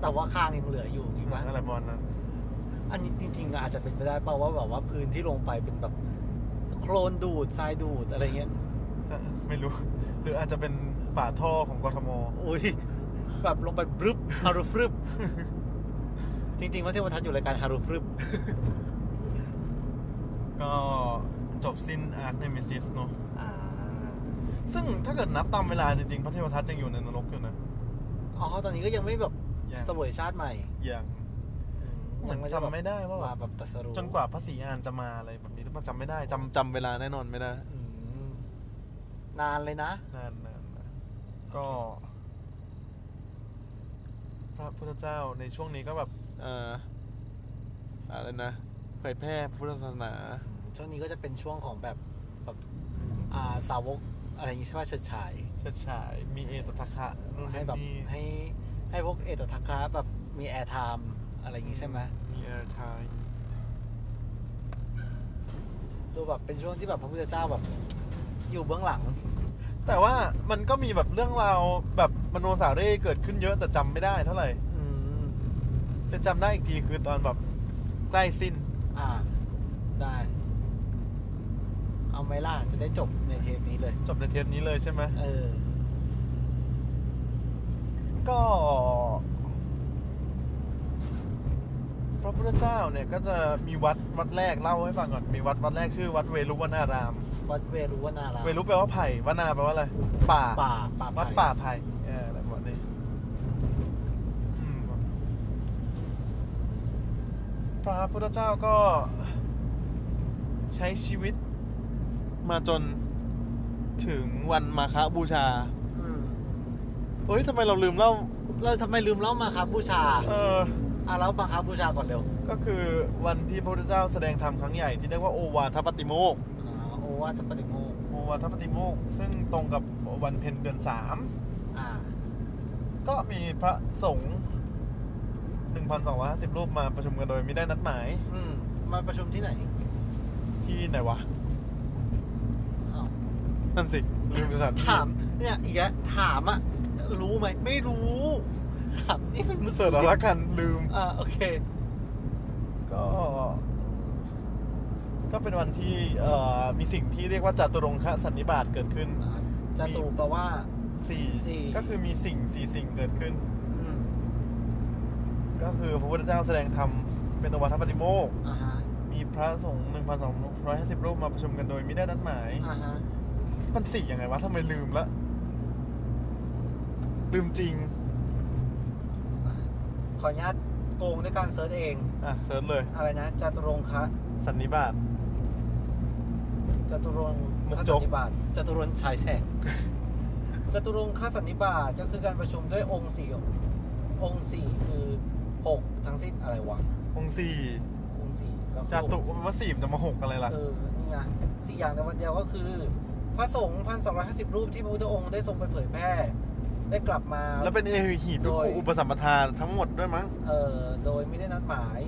Speaker 1: แต่ว่าคางยังเหลืออยู่อย่างงี้ปะ
Speaker 2: อะไรประมาณนั้น
Speaker 1: อันนี้จริงๆอะอาจจะเป็นไปได้เปล่าว่าแบบว่าพื้นที่ลงไปเป็นแบบ โคลนดูดทรายดูดอะไรเงี้ย
Speaker 2: ไม่รู้ หรืออาจจะเป็นฝาท่อของกทม
Speaker 1: อุ้ยแบบลงไปบรึบฮารุฟรึบจริงๆพระเทวทัตอยู่รายการฮารุฟรึบ
Speaker 2: ก็จบสิ้นอาร์คเนมิซิสเนาะ
Speaker 1: อ่า
Speaker 2: ซึ่งถ้าเกิดนับตามเวลาจริงๆ พระเทวทัตยังอยู่ในนรกอยู่นะ
Speaker 1: อ๋อตอนนี้ก็ยังไม่แบบ
Speaker 2: ยัง
Speaker 1: เสวยชาติใหม่
Speaker 2: อย่าง
Speaker 1: อื
Speaker 2: เหมือนจำไม่ได้ว่าแบ
Speaker 1: มา
Speaker 2: บ
Speaker 1: แบบตรัสรู้
Speaker 2: จนกว่าพระศรีอานจะมาอะไรแบบนี้หรือเปล่าจำไม่ได้จำจำเวลาแน่นอนไม่ได้
Speaker 1: อืมนานเลยนะ
Speaker 2: นานนานนานก็พระพุทธเจ้าในช่วงนี้ก็แบบเอ่ออะไรนะเผยแพร่พุทธศาสนา
Speaker 1: ช่วงนี้ก็จะเป็นช่วงของแบบแบบอ่าสาวก อะไรอย่างงี้ใช่ป่ะเฉิดฉาย
Speaker 2: เฉิดฉายมีเอตทัคคะนู่น
Speaker 1: ให้
Speaker 2: นั่น
Speaker 1: แบบ
Speaker 2: นี่
Speaker 1: ให้ให้พวกเอตทัคคะแบบมีแอร์ไทม์อะไรอย่างงี้ใช่ไหม
Speaker 2: มีแอร์ไทม์
Speaker 1: ดูแบบเป็นช่วงที่แบบพระพุทธเจ้าแบบ อยู่เบื้องหลัง
Speaker 2: แต่ว่ามันก็มีแบบเรื่องราวแบบมโนสาเร่เกิดขึ้นเยอะแต่จำไม่ได้เท่าไหร่
Speaker 1: อืม
Speaker 2: แต่จำได้อีกทีคือตอนแบบใกล้สิ้น
Speaker 1: อ่า ได้ เอาไหมล่ะ จะได้จบในเทปนี้เลย
Speaker 2: จบในเทปนี้เลยใช่ไหม
Speaker 1: เออ
Speaker 2: ก็พระพุทธเจ้าเนี่ยก็จะมีวัดวัดแรกเล่าให้ฟังก่อนมีวัดวัดแรกชื่อวัดเวรุวนาราม
Speaker 1: วัดเวรุวนารา
Speaker 2: เวรุแปลว่าไผ่วนาแปลว่าอะไรป่า
Speaker 1: ป่า ป่าไผ่
Speaker 2: วัดป่าไผ่เอออะไรประมาณนี้อืมพระพุทธเจ้าก็ใช้ชีวิตมาจนถึงวันมาฆบูชา
Speaker 1: อืม
Speaker 2: เอ้ยทำไมเราลืมเล่า
Speaker 1: เราทำไมลืมเล่ามาครับบูชา
Speaker 2: เออ
Speaker 1: อ่ะแล้วมาครับบูชาก่อนเร็ว
Speaker 2: ก็คือวันที่พระพุทธเจ้าแสดงธรรมครั้งใหญ่ที่เรียกว่าโอวาทปฏิโมกข์
Speaker 1: อ่าโอวาทปฏิโมกข์
Speaker 2: โอวาทปฏิโมกข์ซึ่งตรงกับวันเพ็ญเดือนสาม
Speaker 1: อ่า
Speaker 2: ก็มีพระสงฆ์1,250รูปมาประชุมกันโดยไม่ได้นัดหมาย
Speaker 1: อืม มาประชุมที่ไหน
Speaker 2: ที่ไหนวะ
Speaker 1: อ้าว
Speaker 2: นั่นสิ ลืมไปสัตว์
Speaker 1: ถาม เนี่ย อีกแล้วถามอะรู้ไหม ไม่รู้ ถาม นี่เป็นมือ
Speaker 2: เสิร์ฟแล้วละกันลืม
Speaker 1: อ่า โอเค
Speaker 2: ก็ ก็เป็นวันที่เอ่อมีสิ่งที่เรียกว่าจตุรงคสันนิบาตเกิดขึ้น
Speaker 1: อ่าจะตูแปลว่า
Speaker 2: สี่
Speaker 1: สี่
Speaker 2: ก็คือมีสิ่งสี่สิ่งเกิดขึ้น
Speaker 1: อืม
Speaker 2: ก็คือพระพุทธเจ้าแสดงธรรมเป็นโอวาทปฏิโมกข์
Speaker 1: อ่าฮะ
Speaker 2: มีพระสงฆ์1,250 รูปมาประชุมกันโดยไม่ได้นัดหมาย
Speaker 1: อ่าฮะ
Speaker 2: มันสี่ยังไงวะทำไมลืมละ ลืมจริง
Speaker 1: ขออนุญาตโกงด้วยการเซิร์ชเอง
Speaker 2: อ่ะเซิร์ชเลย
Speaker 1: อะไรนะจตุรงคะ
Speaker 2: สันนิบาต
Speaker 1: จตุรงค์
Speaker 2: มุก
Speaker 1: ค
Speaker 2: จ
Speaker 1: สั
Speaker 2: ก
Speaker 1: นิบาตจตุรงค์ชายแสง จตุรงคสันนิบาตก็คือการประชุมด้วยองค์สี่องค์สี่คือหกทั้งสิ้นอะไรวะ
Speaker 2: องค์สี่
Speaker 1: องค์สี่แล้วก็
Speaker 2: จาตุก็แปลว่าสี่มันจะมาหกอะไรล่ะ
Speaker 1: เออนี่ไงสี่อย่างในวันเดียวก็คือ พระสงฆ์พันสองร้อยห้าสิบรูปที่พระพุทธองค์ได้ทรงไปเผยแพร่ ได้กลับมา
Speaker 2: แล้วเป็นเอหีบ
Speaker 1: โดย
Speaker 2: คู่อุปสัมปทานทั้งหมดด้วยมั้ง
Speaker 1: เอ่อโดยไม่ได้นัดหมาย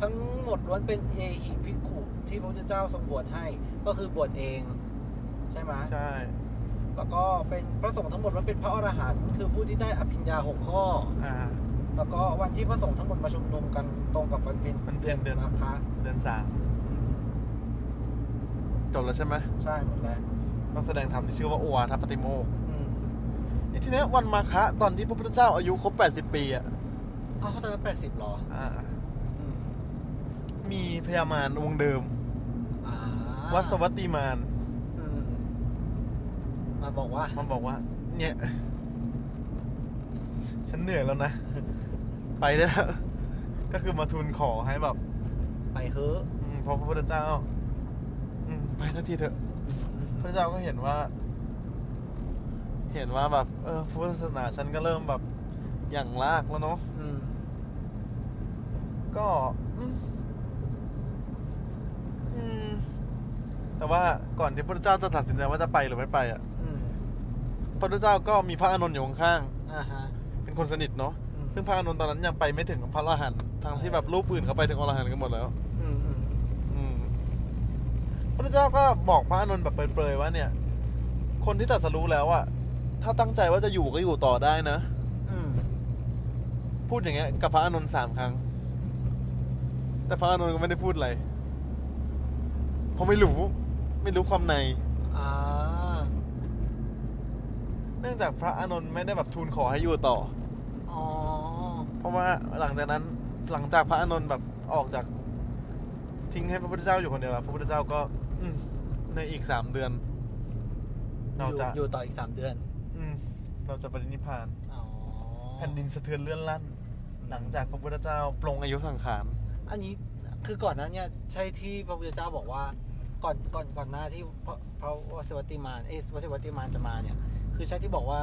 Speaker 1: ทั้งหมดล้วนเป็นเอหิภิกขุที่พระพุทธเจ้าทรงบวชให้ ก็คือบวชเอง ใช่ไหม
Speaker 2: ใช่
Speaker 1: แล้วก็เป็นพระสงฆ์ทั้งหมดล้วนเป็นพระอรหันต์คือผู้ที่ได้อภิญญาหกข้อ
Speaker 2: อ่า
Speaker 1: แล้วก็วันที่พระสงฆ์ทั้งหมดมาชุมนุมกันตรงกับวันเป็น
Speaker 2: วันเพ็ญเดือน
Speaker 1: ราคะ
Speaker 2: เดือนสาม
Speaker 1: อืม
Speaker 2: จบแล้วใช่ไหม
Speaker 1: ใช่หมดแล้ว
Speaker 2: ก็แสดงธรรมที่ชื่อว่าโอวาทปฏิโมกข์
Speaker 1: อืม
Speaker 2: ไอ้ทีเนี้ยวันมาคะตอนที่พระพุทธเจ้าอายุครบ 80 ปีอ่ะ
Speaker 1: อ้าวเขาตอนนั้นแปดสิบหรอ
Speaker 2: อ่า
Speaker 1: อืม
Speaker 2: มีพญามารองค์เดิม
Speaker 1: อ่า
Speaker 2: วัสวัตตีมาร
Speaker 1: อืมมาบอกว่า
Speaker 2: มันบอกว่า เนี่ย ฉันเหนื่อยแล้วนะ ไปได้แล้ว ก็คือมาทูลขอให้แบบ
Speaker 1: ไปเฮ้อะ
Speaker 2: อืมพอพระพุทธเจ้าอืมไปทันทีเถอะ
Speaker 1: อืม
Speaker 2: พระเจ้าก็เห็นว่า เห็นว่าแบบเออพุทธศาสนาฉันก็เริ่มแบบอย่างลากแล้วเนาะ
Speaker 1: อืม
Speaker 2: ก็อืมอืมแต่ว่าก่อนที่พระเจ้าจะตัดสินใจว่าจะไปหรือไม่ไปอ่ะ
Speaker 1: อืม
Speaker 2: พระพุทธเจ้าก็มีพระอานนท์อยู่ข้าง
Speaker 1: อ่าฮะ
Speaker 2: ๆเป็นคนสนิทเนาะ
Speaker 1: อืม
Speaker 2: ซึ่งพระอานนท์ตอนนั้นยังไปไม่ถึงพระอรหันต์ทางที่แบบรูปอื่นเขาไปถึงอรหันต์กันหมดแล้ว
Speaker 1: อืมอืม
Speaker 2: อืมพระเจ้าก็บอกพระอานนท์แบบเปรยๆว่าเนี่ย คนที่ตรัดสรู้แล้วอะถ้าตั้งใจว่าจะอยู่ก็อยู่ต่อได้นะ
Speaker 1: อืม
Speaker 2: พูดอย่างเงี้ยกับพระอานนท์สามครั้ง แต่พระอานนท์ก็ไม่ได้พูดอะไร เพราะไม่รู้ ไม่รู้ความใน
Speaker 1: อ่า
Speaker 2: เนื่องจากพระอานนท์ไม่ได้แบบทูลขอให้อยู่ต่อ
Speaker 1: อ๋อ
Speaker 2: เพราะว่าหลังจากนั้นหลังจากพระอานนท์แบบออกจาก ทิ้งให้พระพุทธเจ้าอยู่คนเดียวแล้วพระพุทธเจ้าก็ อืมในอีกสามเดือน เราจะ
Speaker 1: อยู่อยู่ต่ออีกสามเดือน
Speaker 2: อืมเราจะปรินิพพาน
Speaker 1: อ๋อ
Speaker 2: แผ่นดินสะเทือนเลื่อนลั่น หลังจากพระพุทธเจ้าปลงอายุสังขาร
Speaker 1: อันนี้คือก่อนหน้าเนี่ยใช่ที่พระพุทธเจ้าบอกว่า ก่อนก่อนก่อนหน้าที่พระพระวสสิวัตติมานเอยวสสิวัตติมานจะมาเนี่ย คือใช่ที่บอกว่า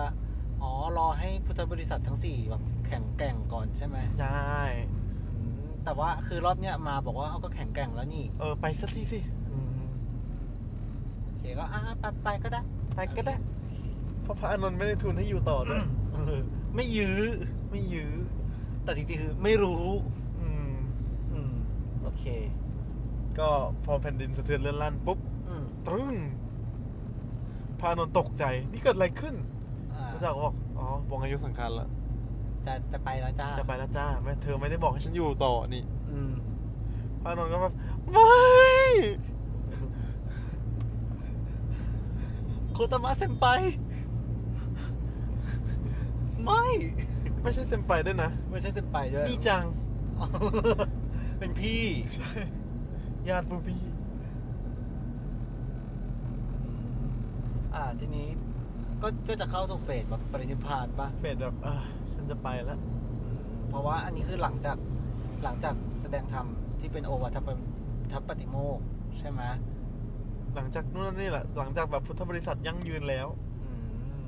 Speaker 1: อ๋อ รอให้พุทธบริษัททั้งสี่แบบแข็งแกร่งก่อนใช่ไหม
Speaker 2: ใช่
Speaker 1: อืมแต่ว่าคือรอบเนี้ยมาบอกว่าเขาก็แข็งแกร่งแล้วนี่
Speaker 2: เออไปสักทีสิ
Speaker 1: อืมโอเคก็อ่าไปไปก็ได้
Speaker 2: ไปก็ได้
Speaker 1: อื
Speaker 2: เพราะพระอานนท์ไม่ได้ทุนให้อยู่ต่อด้วย
Speaker 1: เออไม่ยื้อ
Speaker 2: ไม่ยื้อ
Speaker 1: แต่จริงๆคือไม่รู้
Speaker 2: อืม
Speaker 1: อืม โอเค
Speaker 2: ก็พอแผ่นดินสะเทือนเลื่อนลั่นปุ๊บ
Speaker 1: อืม
Speaker 2: ตรึ้งพระอานนท์ตกใจ นี่เกิดอะไรขึ้น
Speaker 1: อ่า
Speaker 2: พระเจ้าก็บอกอ๋อวงอายุสังขารละ
Speaker 1: จะจะไปแล้วจ้า
Speaker 2: จะไปแล้วจ้าไม่เธอไม่ได้บอกให้ฉันอยู่ต่อนี่
Speaker 1: อืม
Speaker 2: พระอานนท์ก็แบบไม่
Speaker 1: โคตามะเซมไป ไม่
Speaker 2: ไม่ใช่เซมไปด้วยนะ
Speaker 1: ไม่ใช่เซมไปด้วย
Speaker 2: นี่จัง
Speaker 1: อ๋อ เป็นพี่
Speaker 2: ใช่ญาติผู้พี่
Speaker 1: อืมอ่าทีนี้ก็ก็จะเข้าสู่เฟสแบบปรินิพพานปะ
Speaker 2: เป็ดแบบอ่ะฉันจะไปแล้ว
Speaker 1: อืมเพราะว่าอันนี้คือหลังจากหลังจากแสดงธรรมที่เป็นโอวาทปฏิทัปปฏิโมกข์ใช่ไหม
Speaker 2: หลังจากนู่นนี่แหละ หลังจากแบบพุทธบริษัทยั่งยืนแล้ว
Speaker 1: อืม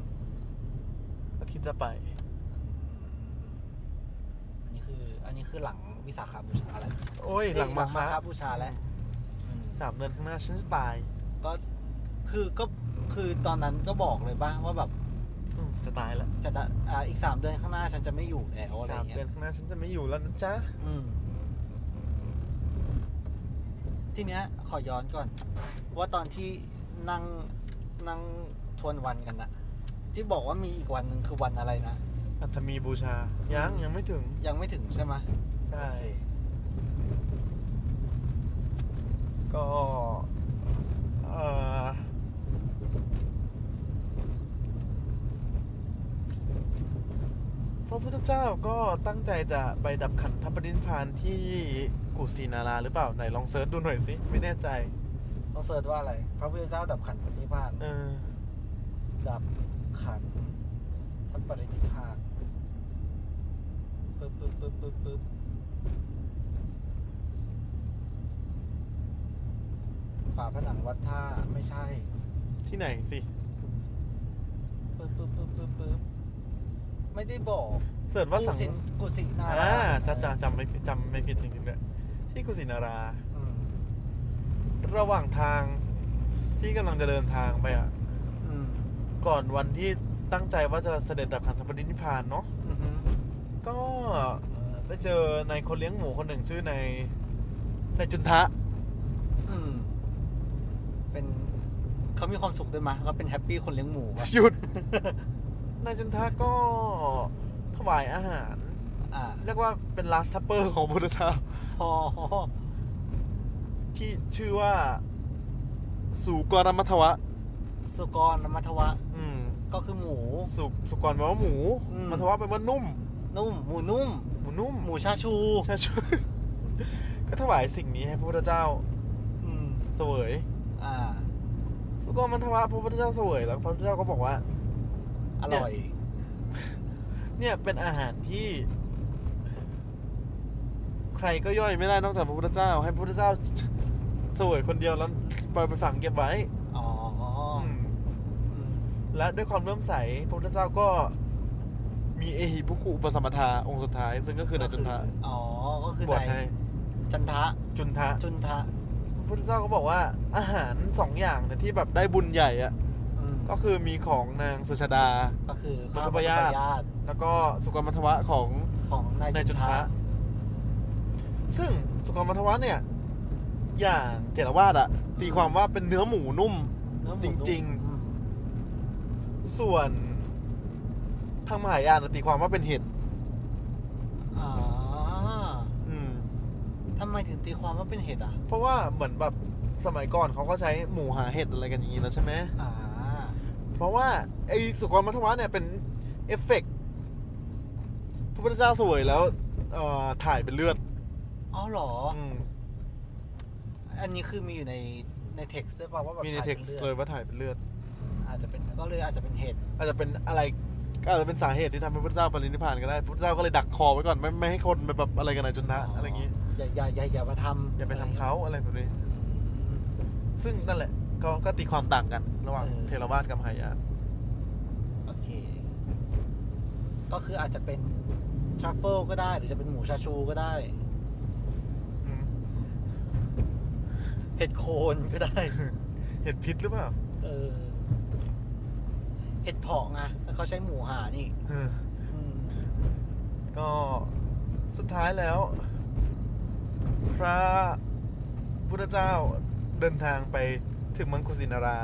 Speaker 2: ก็คิดจะไป
Speaker 1: อันนี้คืออันนี้คือหลังวิสาขาบูชาแล้ว
Speaker 2: โอ้ย หลังมา
Speaker 1: มา
Speaker 2: ค้า
Speaker 1: คาบูชาแล้วอืม
Speaker 2: สามเดือนข้างหน้าฉันจะตาย
Speaker 1: ก็คือก็คือตอนนั้นก็บอกเลยป่ะว่าแบบ
Speaker 2: อืมจะตายแล้ว
Speaker 1: จะอ่าอีกสามเดือนข้างหน้าฉันจะไม่อยู่แล้วอะไร
Speaker 2: สาม
Speaker 1: เงี้
Speaker 2: เดือยนข้างหน้าฉันจะไม่อยู่แล้วนะจ๊ะ
Speaker 1: อืมทีเนี้ยขอย้อนก่อน ว่าตอนที่นั่งนั่งทวนวันกันนะที่บอกว่ามีอีกวันหนึ่งคือวันอะไรนะ
Speaker 2: อัตมีบูชา ยัง ยังไม่ถึง
Speaker 1: ยังไม่ถึงใช่ไหม
Speaker 2: ใช่ ก็เอ่อพระพุทธเจ้าก็ตั้งใจจะไปดับขันธปรินิพพานที่กุสินาราหรือเปล่า ไหนลองเซิร์ชดูหน่อยสิ ไม่แน่ใจ
Speaker 1: ต้องเสิร์ชว่าอะไร พระพุทธเจ้าดับขันธ์ปฏิพาน
Speaker 2: เออ
Speaker 1: ดับขันธ์ทัปรินิพพานปึ๊บปึ๊บปึ๊บปึ๊บปึ๊บฝาผนังวัดท่าไม่ใช่
Speaker 2: ที่ไหนสิ
Speaker 1: ปึ๊บปึ๊บปึ๊บปึ๊บปึ๊บไม่ได้บอก
Speaker 2: เสิร์ชว่าสัง
Speaker 1: กุศิกุศินา
Speaker 2: อ่าจะจะจำไม่ผิดจำไม่ผิดจริงๆเนี่ยที่กุสินารา
Speaker 1: อืม
Speaker 2: ระหว่างทางที่กำลังจะเดินทางไปอ่ะ
Speaker 1: อืม
Speaker 2: ก่อนวันที่ตั้งใจว่าจะเสด็จดับขันธปรินิพพานเนาะ
Speaker 1: อือหือ
Speaker 2: ก็เอ่อไปเจอในายคนเลี้ยงหมูคนหนึ่งชื่อในายนายจุนทะ
Speaker 1: อืมเป็นเขามีความสุขด้วยมั้ยเขาเป็นแฮปปี้คนเลี้ยงหมูป่ะ
Speaker 2: หยุด นายจุนทะก็ถวายอาหาร
Speaker 1: อ่า
Speaker 2: เรียกว่าเป็นลาสซัปเปอร์ของพุทธเจ้า
Speaker 1: พอ
Speaker 2: ที่ชื่อว่าสุกรมัทวะ
Speaker 1: สุกรมัทวะ
Speaker 2: อืม
Speaker 1: ก็คือหมู
Speaker 2: สุสุกรแปลว่าหมู
Speaker 1: อืม
Speaker 2: มัทวะแปลว่านุ่ม
Speaker 1: นุ่ม หมูนุ่ม
Speaker 2: หมูนุ่ม
Speaker 1: หมูชาชู
Speaker 2: ใช่ช่วย ก็ถวายสิ่งนี้ให้พระพุทธเจ้า
Speaker 1: อืม
Speaker 2: เสวย
Speaker 1: อ่า
Speaker 2: สุกรมัทวะพระพุทธเจ้าเสวยแล้วพระพุทธเจ้าก็บอกว่า
Speaker 1: อร่อย
Speaker 2: เนี่ยเป็นอาหารที่ ใครก็ย่อยไม่ได้นอกจากพระพุทธเจ้า ให้พระพุทธเจ้าเสวยคนเดียวแล้วปล่อยไปฝังเก็บไว้
Speaker 1: อ๋อ
Speaker 2: ม
Speaker 1: อืม
Speaker 2: และด้วยความเริ่อมใสพระพุทธเจ้าก็ มีเอหิพุคุอุปสมปทาองค์สุดท้าย ซึ่งก็คือนายจุนทะ
Speaker 1: อ๋อ ก็คือบ
Speaker 2: วช
Speaker 1: นาย
Speaker 2: ให้
Speaker 1: จันทะ
Speaker 2: จุนทะ
Speaker 1: จุนทะ
Speaker 2: พระพุทธเจ้าก็บอกว่า อาหารสองอย่างเนี่ยที่แบบได้บุญใหญ่อะ
Speaker 1: อืม
Speaker 2: ก็คือมีของนางสุชาดา
Speaker 1: ก็คือ
Speaker 2: มั
Speaker 1: ข้า
Speaker 2: ท
Speaker 1: ว
Speaker 2: ปยาต
Speaker 1: มัทปต
Speaker 2: แล้วก็สุกรมัทวะของ
Speaker 1: ของนาย
Speaker 2: นายจุ
Speaker 1: จุน
Speaker 2: นทะ
Speaker 1: ทะ
Speaker 2: ซึ่งสุกรมัทวะเนี่ย อย่างเถรวาทอะตีความว่าเป็นเนื้อหมูนุ่ม
Speaker 1: เนื้อหมู
Speaker 2: จ
Speaker 1: นุ่ม
Speaker 2: ริง
Speaker 1: อืม
Speaker 2: ส่วนทางมหายานอะตีความว่าเป็นเห็ด
Speaker 1: อ๋อ
Speaker 2: อืม
Speaker 1: ทำไมถึงตีความว่าเป็นเห็ดอ่ะ
Speaker 2: เพราะว่าเหมือนแบบสมัยก่อนเขาก็ใช้หมูหาเห็ดอะไรกันอย่างนี้แล้วใช่ไหม
Speaker 1: อ่า
Speaker 2: เพราะว่าไอ้สุกรมัทวะเนี่ยเป็นเอฟเฟกต์พระพุทธเจ้าเสวยแล้วเอ่อถ่ายเป็นเลือด
Speaker 1: อ๋อเหรอ
Speaker 2: อืม
Speaker 1: อันนี้คือมีอยู่ในในเท็กซ์ด้วยป่าว่าแบบ
Speaker 2: มีใน
Speaker 1: ถ่าย
Speaker 2: เท็ก
Speaker 1: ป็
Speaker 2: ซ์
Speaker 1: ลือด
Speaker 2: เลยว่าถ่ายเป็นเลือด
Speaker 1: อาจจะเป็นก็เลยอาจจะเป็นเห็ด
Speaker 2: อาจจะเป็นอะไรก็อาจจะเป็นสาเหตุที่ทำให้พระพุทธเจ้าปรินิพพานก็ได้พระพุทธเจ้าก็เลยดักคอไว้ก่อนไม่ไม่ให้คนไปแบบอะไรกันนายจุนทะอะไรอย่างนี้
Speaker 1: อย่าอย่าอย่าอย่ามาทำ
Speaker 2: อย่าไปทำเขาอะไรแบบนี้
Speaker 1: อืม
Speaker 2: ซึ่งนั่นแหละก็ก็ตีความต่างกันระหว่าง
Speaker 1: เออ
Speaker 2: เทรวาสกับมหายาน
Speaker 1: โอเค ก็คืออาจจะเป็นทรัฟเฟิลก็ได้ หรือจะเป็นหมูชาชูก็ได้
Speaker 2: อืม
Speaker 1: เห็ดโคนก็ได้
Speaker 2: เห็ดพิษหรือเปล่า
Speaker 1: เออ เ ห็ดเผาะไงแต่เขาใช้หมูหานี่
Speaker 2: เออ
Speaker 1: อืม
Speaker 2: ก็สุดท้ายแล้ว พระพุทธเจ้าเดินทางไปถึงมังคุสินารา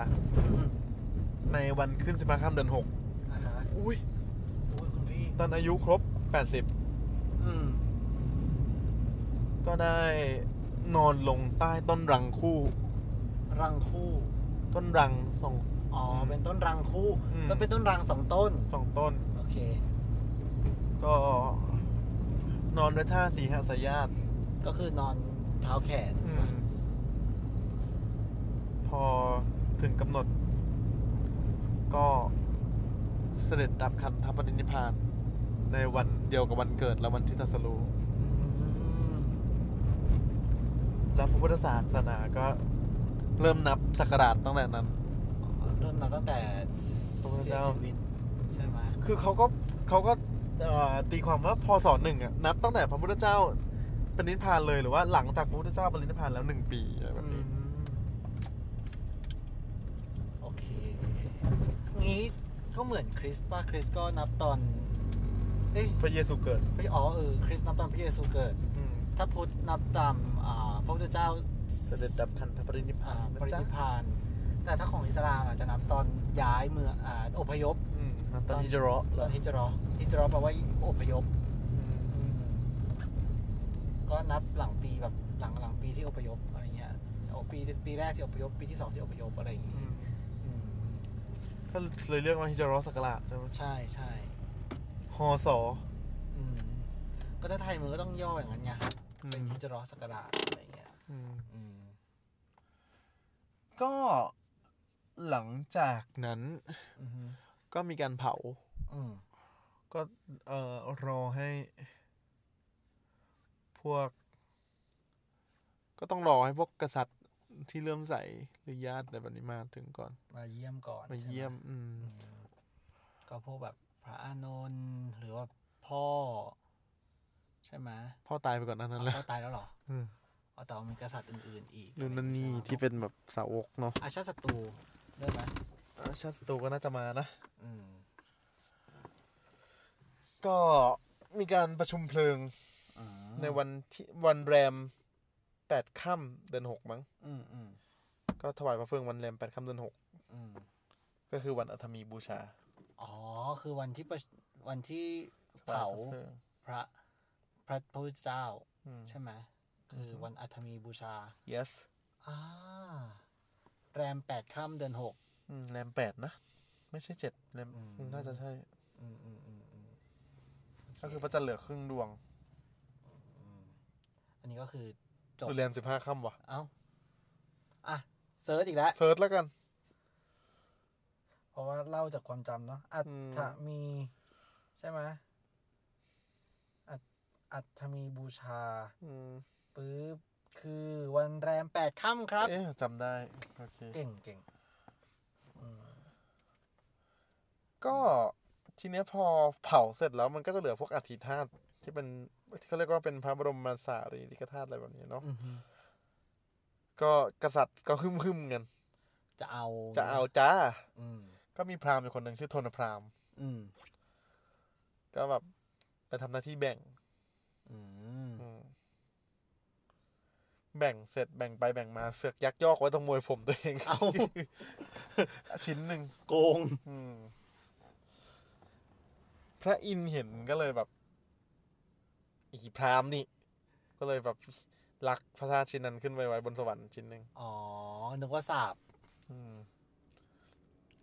Speaker 2: ในวันขึ้นสิบห้าค่ำเดือนหก
Speaker 1: อ่าฮะ
Speaker 2: อุ้ย
Speaker 1: อุ้ยคุณพี่
Speaker 2: ตอนอายุครบ 80
Speaker 1: อืม
Speaker 2: ก็ได้นอนลงใต้ต้นรังคู่
Speaker 1: รังคู่
Speaker 2: ต้นรังสอง
Speaker 1: อ๋อ
Speaker 2: อืม
Speaker 1: เป็นต้นรังคู่
Speaker 2: อืม
Speaker 1: ก็เป็นต้นรังสองต้น
Speaker 2: สองต้น
Speaker 1: โอเค
Speaker 2: ก็ นอนด้วยท่าสีหสายาต
Speaker 1: ก็คือนอนเท้าแขน
Speaker 2: พอถึงกำหนด ก็เสด็จดับคันธปรินิพพาน ในวันเดียวกับวันเกิดและวันที่ตรัสรู้
Speaker 1: อืม
Speaker 2: แล้วพระพุทธศาสนาก็เริ่มนับศักราชตั้งแต่นั้น
Speaker 1: เริ่มมาตั้งแต่
Speaker 2: พระพุทธ
Speaker 1: เสีย
Speaker 2: เจ้า
Speaker 1: ชีวิต ใช่ไหม
Speaker 2: คือเขาก็เขาก็เอ่อตีความว่าพศหนึ่งอะนับตั้งแต่พระพุทธเจ้าปรินิพพานเลยหรือว่าหลังจากพระพุทธเจ้าปรินิพพานแล้วหนึ่งปีอะไรแบบ
Speaker 1: อื
Speaker 2: นี้
Speaker 1: มโอเค งี้ก็เหมือนคริสต์ป่ะคริสต์ก็นับตอน เอ้ย
Speaker 2: พระเยซูเกิด
Speaker 1: เอ้ยอ๋อเออคริสต์นับตอนพระเยซูเกิด
Speaker 2: อืม
Speaker 1: ถ้าพุทธนับตามอ่าพระพุทธเจ้า
Speaker 2: เสด็จดับขันธปรินิพ
Speaker 1: อ่า
Speaker 2: พาน
Speaker 1: ป
Speaker 2: นะ
Speaker 1: ริ
Speaker 2: จ๊ะ
Speaker 1: นิพพาน แต่ถ้าของอิสลามอ่ะจะนับตอนย้ายเมืองอ่าอพยพ
Speaker 2: อืมนับตอนฮิจเราะห์
Speaker 1: ต
Speaker 2: เหร
Speaker 1: อ
Speaker 2: อน
Speaker 1: ฮิจรอฮิจรอแปลว่าอพยพ
Speaker 2: อืม
Speaker 1: อืมก็นับหลังปีแบบหลังหลังปีที่อพยพอะไรเงี้ยโอปีปีแรกที่อพยพ ปีที่สองที่อพยพอะไรอย่างงี้
Speaker 2: อืม
Speaker 1: อืม
Speaker 2: ก็เลยเรียกว่าฮิจเราะห์ศักราชใช่ไหม
Speaker 1: ใช่ใช่
Speaker 2: ฮอสอ
Speaker 1: อืมก็ถ้าไทยมันก็ต้องย่ออย่างนั้นไงเป็นฮิจรอสักการะอะไรเงี้ย
Speaker 2: อืม
Speaker 1: อืม
Speaker 2: ก็หลังจากนั้น
Speaker 1: อืม
Speaker 2: ก็มีการเผา
Speaker 1: อืม
Speaker 2: ก็เอ่อรอให้ พวก ก็ต้องรอให้พวกกษัตริย์ที่เริ่อมใสหรือญาติอะไรแบบนี้มาถึงก่อน
Speaker 1: มาเยี่ยมก่อน
Speaker 2: มาเยี่ยม
Speaker 1: ใช่ไห
Speaker 2: อืม
Speaker 1: อืมก็พวกแบบพระอานนท์หรือว่าพ่อ ใช่ไหม
Speaker 2: พ่อตายไปก่อนหนานั้น
Speaker 1: เอา
Speaker 2: แล้ว
Speaker 1: พ่อตายแล้วเหรอ
Speaker 2: อืม
Speaker 1: เอาแต่ว่ามีกษัตริย์อื่นๆอีก
Speaker 2: นู่นนั่นนี่
Speaker 1: ใช่ไหม
Speaker 2: ที่เป็นแบบสาวกเนาะ
Speaker 1: อาชาติศัตรูได้ไหม
Speaker 2: อ่ะชาติศัตรูก็น่าจะมานะ
Speaker 1: อืม
Speaker 2: ก็มีการประชุมเพลิง
Speaker 1: อืม
Speaker 2: ในวันที่วันแรมแปดค่ำเดือนหกมั้ง
Speaker 1: อืมอืม
Speaker 2: ก็ถวายพระเพลิงวันแรมแปดค่ำเดือนหก
Speaker 1: อืม
Speaker 2: ก็คือวันอัฐมีบูชา
Speaker 1: อ๋อ คือวันที่ประชวันที่เผา
Speaker 2: ถวายพระ
Speaker 1: พ
Speaker 2: เพลิง
Speaker 1: ระพระพุทธเจ้า
Speaker 2: อืม
Speaker 1: ใช่ไหมคือวันอัฐมีบูชา
Speaker 2: yes
Speaker 1: อ่าแรมแปดค่ำเดือนหก
Speaker 2: อืมแรมแปดนะ ไม่ใช่เจ็ดแรม
Speaker 1: อืม
Speaker 2: น่าจะใช่
Speaker 1: อืมอืมอืมอืม
Speaker 2: ก็คือพระจันทร์เหลือครึ่งดวง
Speaker 1: อันนี้ก็คือ จบ
Speaker 2: หรือแรมสิบห้าค่ำวะ
Speaker 1: เอ้า อ่ะ เซิร์ชอีกแล้ว
Speaker 2: เซิร์ชแล้วกัน
Speaker 1: เพราะว่าเล่าจากความจำเนาะอัต
Speaker 2: อืม
Speaker 1: ถมี ใช่ไหมอัตอัตถมีบูชา
Speaker 2: อืม
Speaker 1: ปึ๊บคือวันแรมแปดค่ำครับ
Speaker 2: เอ๊ะจำได้ โอเค
Speaker 1: เก่งเก่งอืม
Speaker 2: ก็ทีเนี้ยพอเผาเสร็จแล้วมันก็จะเหลือพวกอธิธาตุที่เป็นที่เขาเรียกว่าเป็นพระบรมสารีริกธาตุอะไรแบบนี้เนาะ
Speaker 1: อื้อหือ
Speaker 2: ก็กษัตริย์ก็ฮึมฮึมๆกัน
Speaker 1: จะเอา
Speaker 2: จะเอาจ้า
Speaker 1: อืม
Speaker 2: ก็มีพราหมณ์อยู่คนหนึ่งชื่อทนพราหมณ์
Speaker 1: อืม
Speaker 2: ก็แบบไปทำหน้าที่แบ่ง
Speaker 1: อืม
Speaker 2: อืมแบ่งเสร็จแบ่งไปแบ่งมาเสือกยักยอกไว้ตรงมวยผมตัวเอง
Speaker 1: เอ้า
Speaker 2: ชิ้นหนึ่ง
Speaker 1: โกง
Speaker 2: อืมพระอินทร์เห็นก็เลยแบบอีพราหมณ์นี่ ก็เลยแบบลักพระธาตุชิ้นนั้นขึ้นไปไว้บนสวรรค์ชิ้นหนึ่ง
Speaker 1: อ๋อ นึกว่าสาบ
Speaker 2: อืม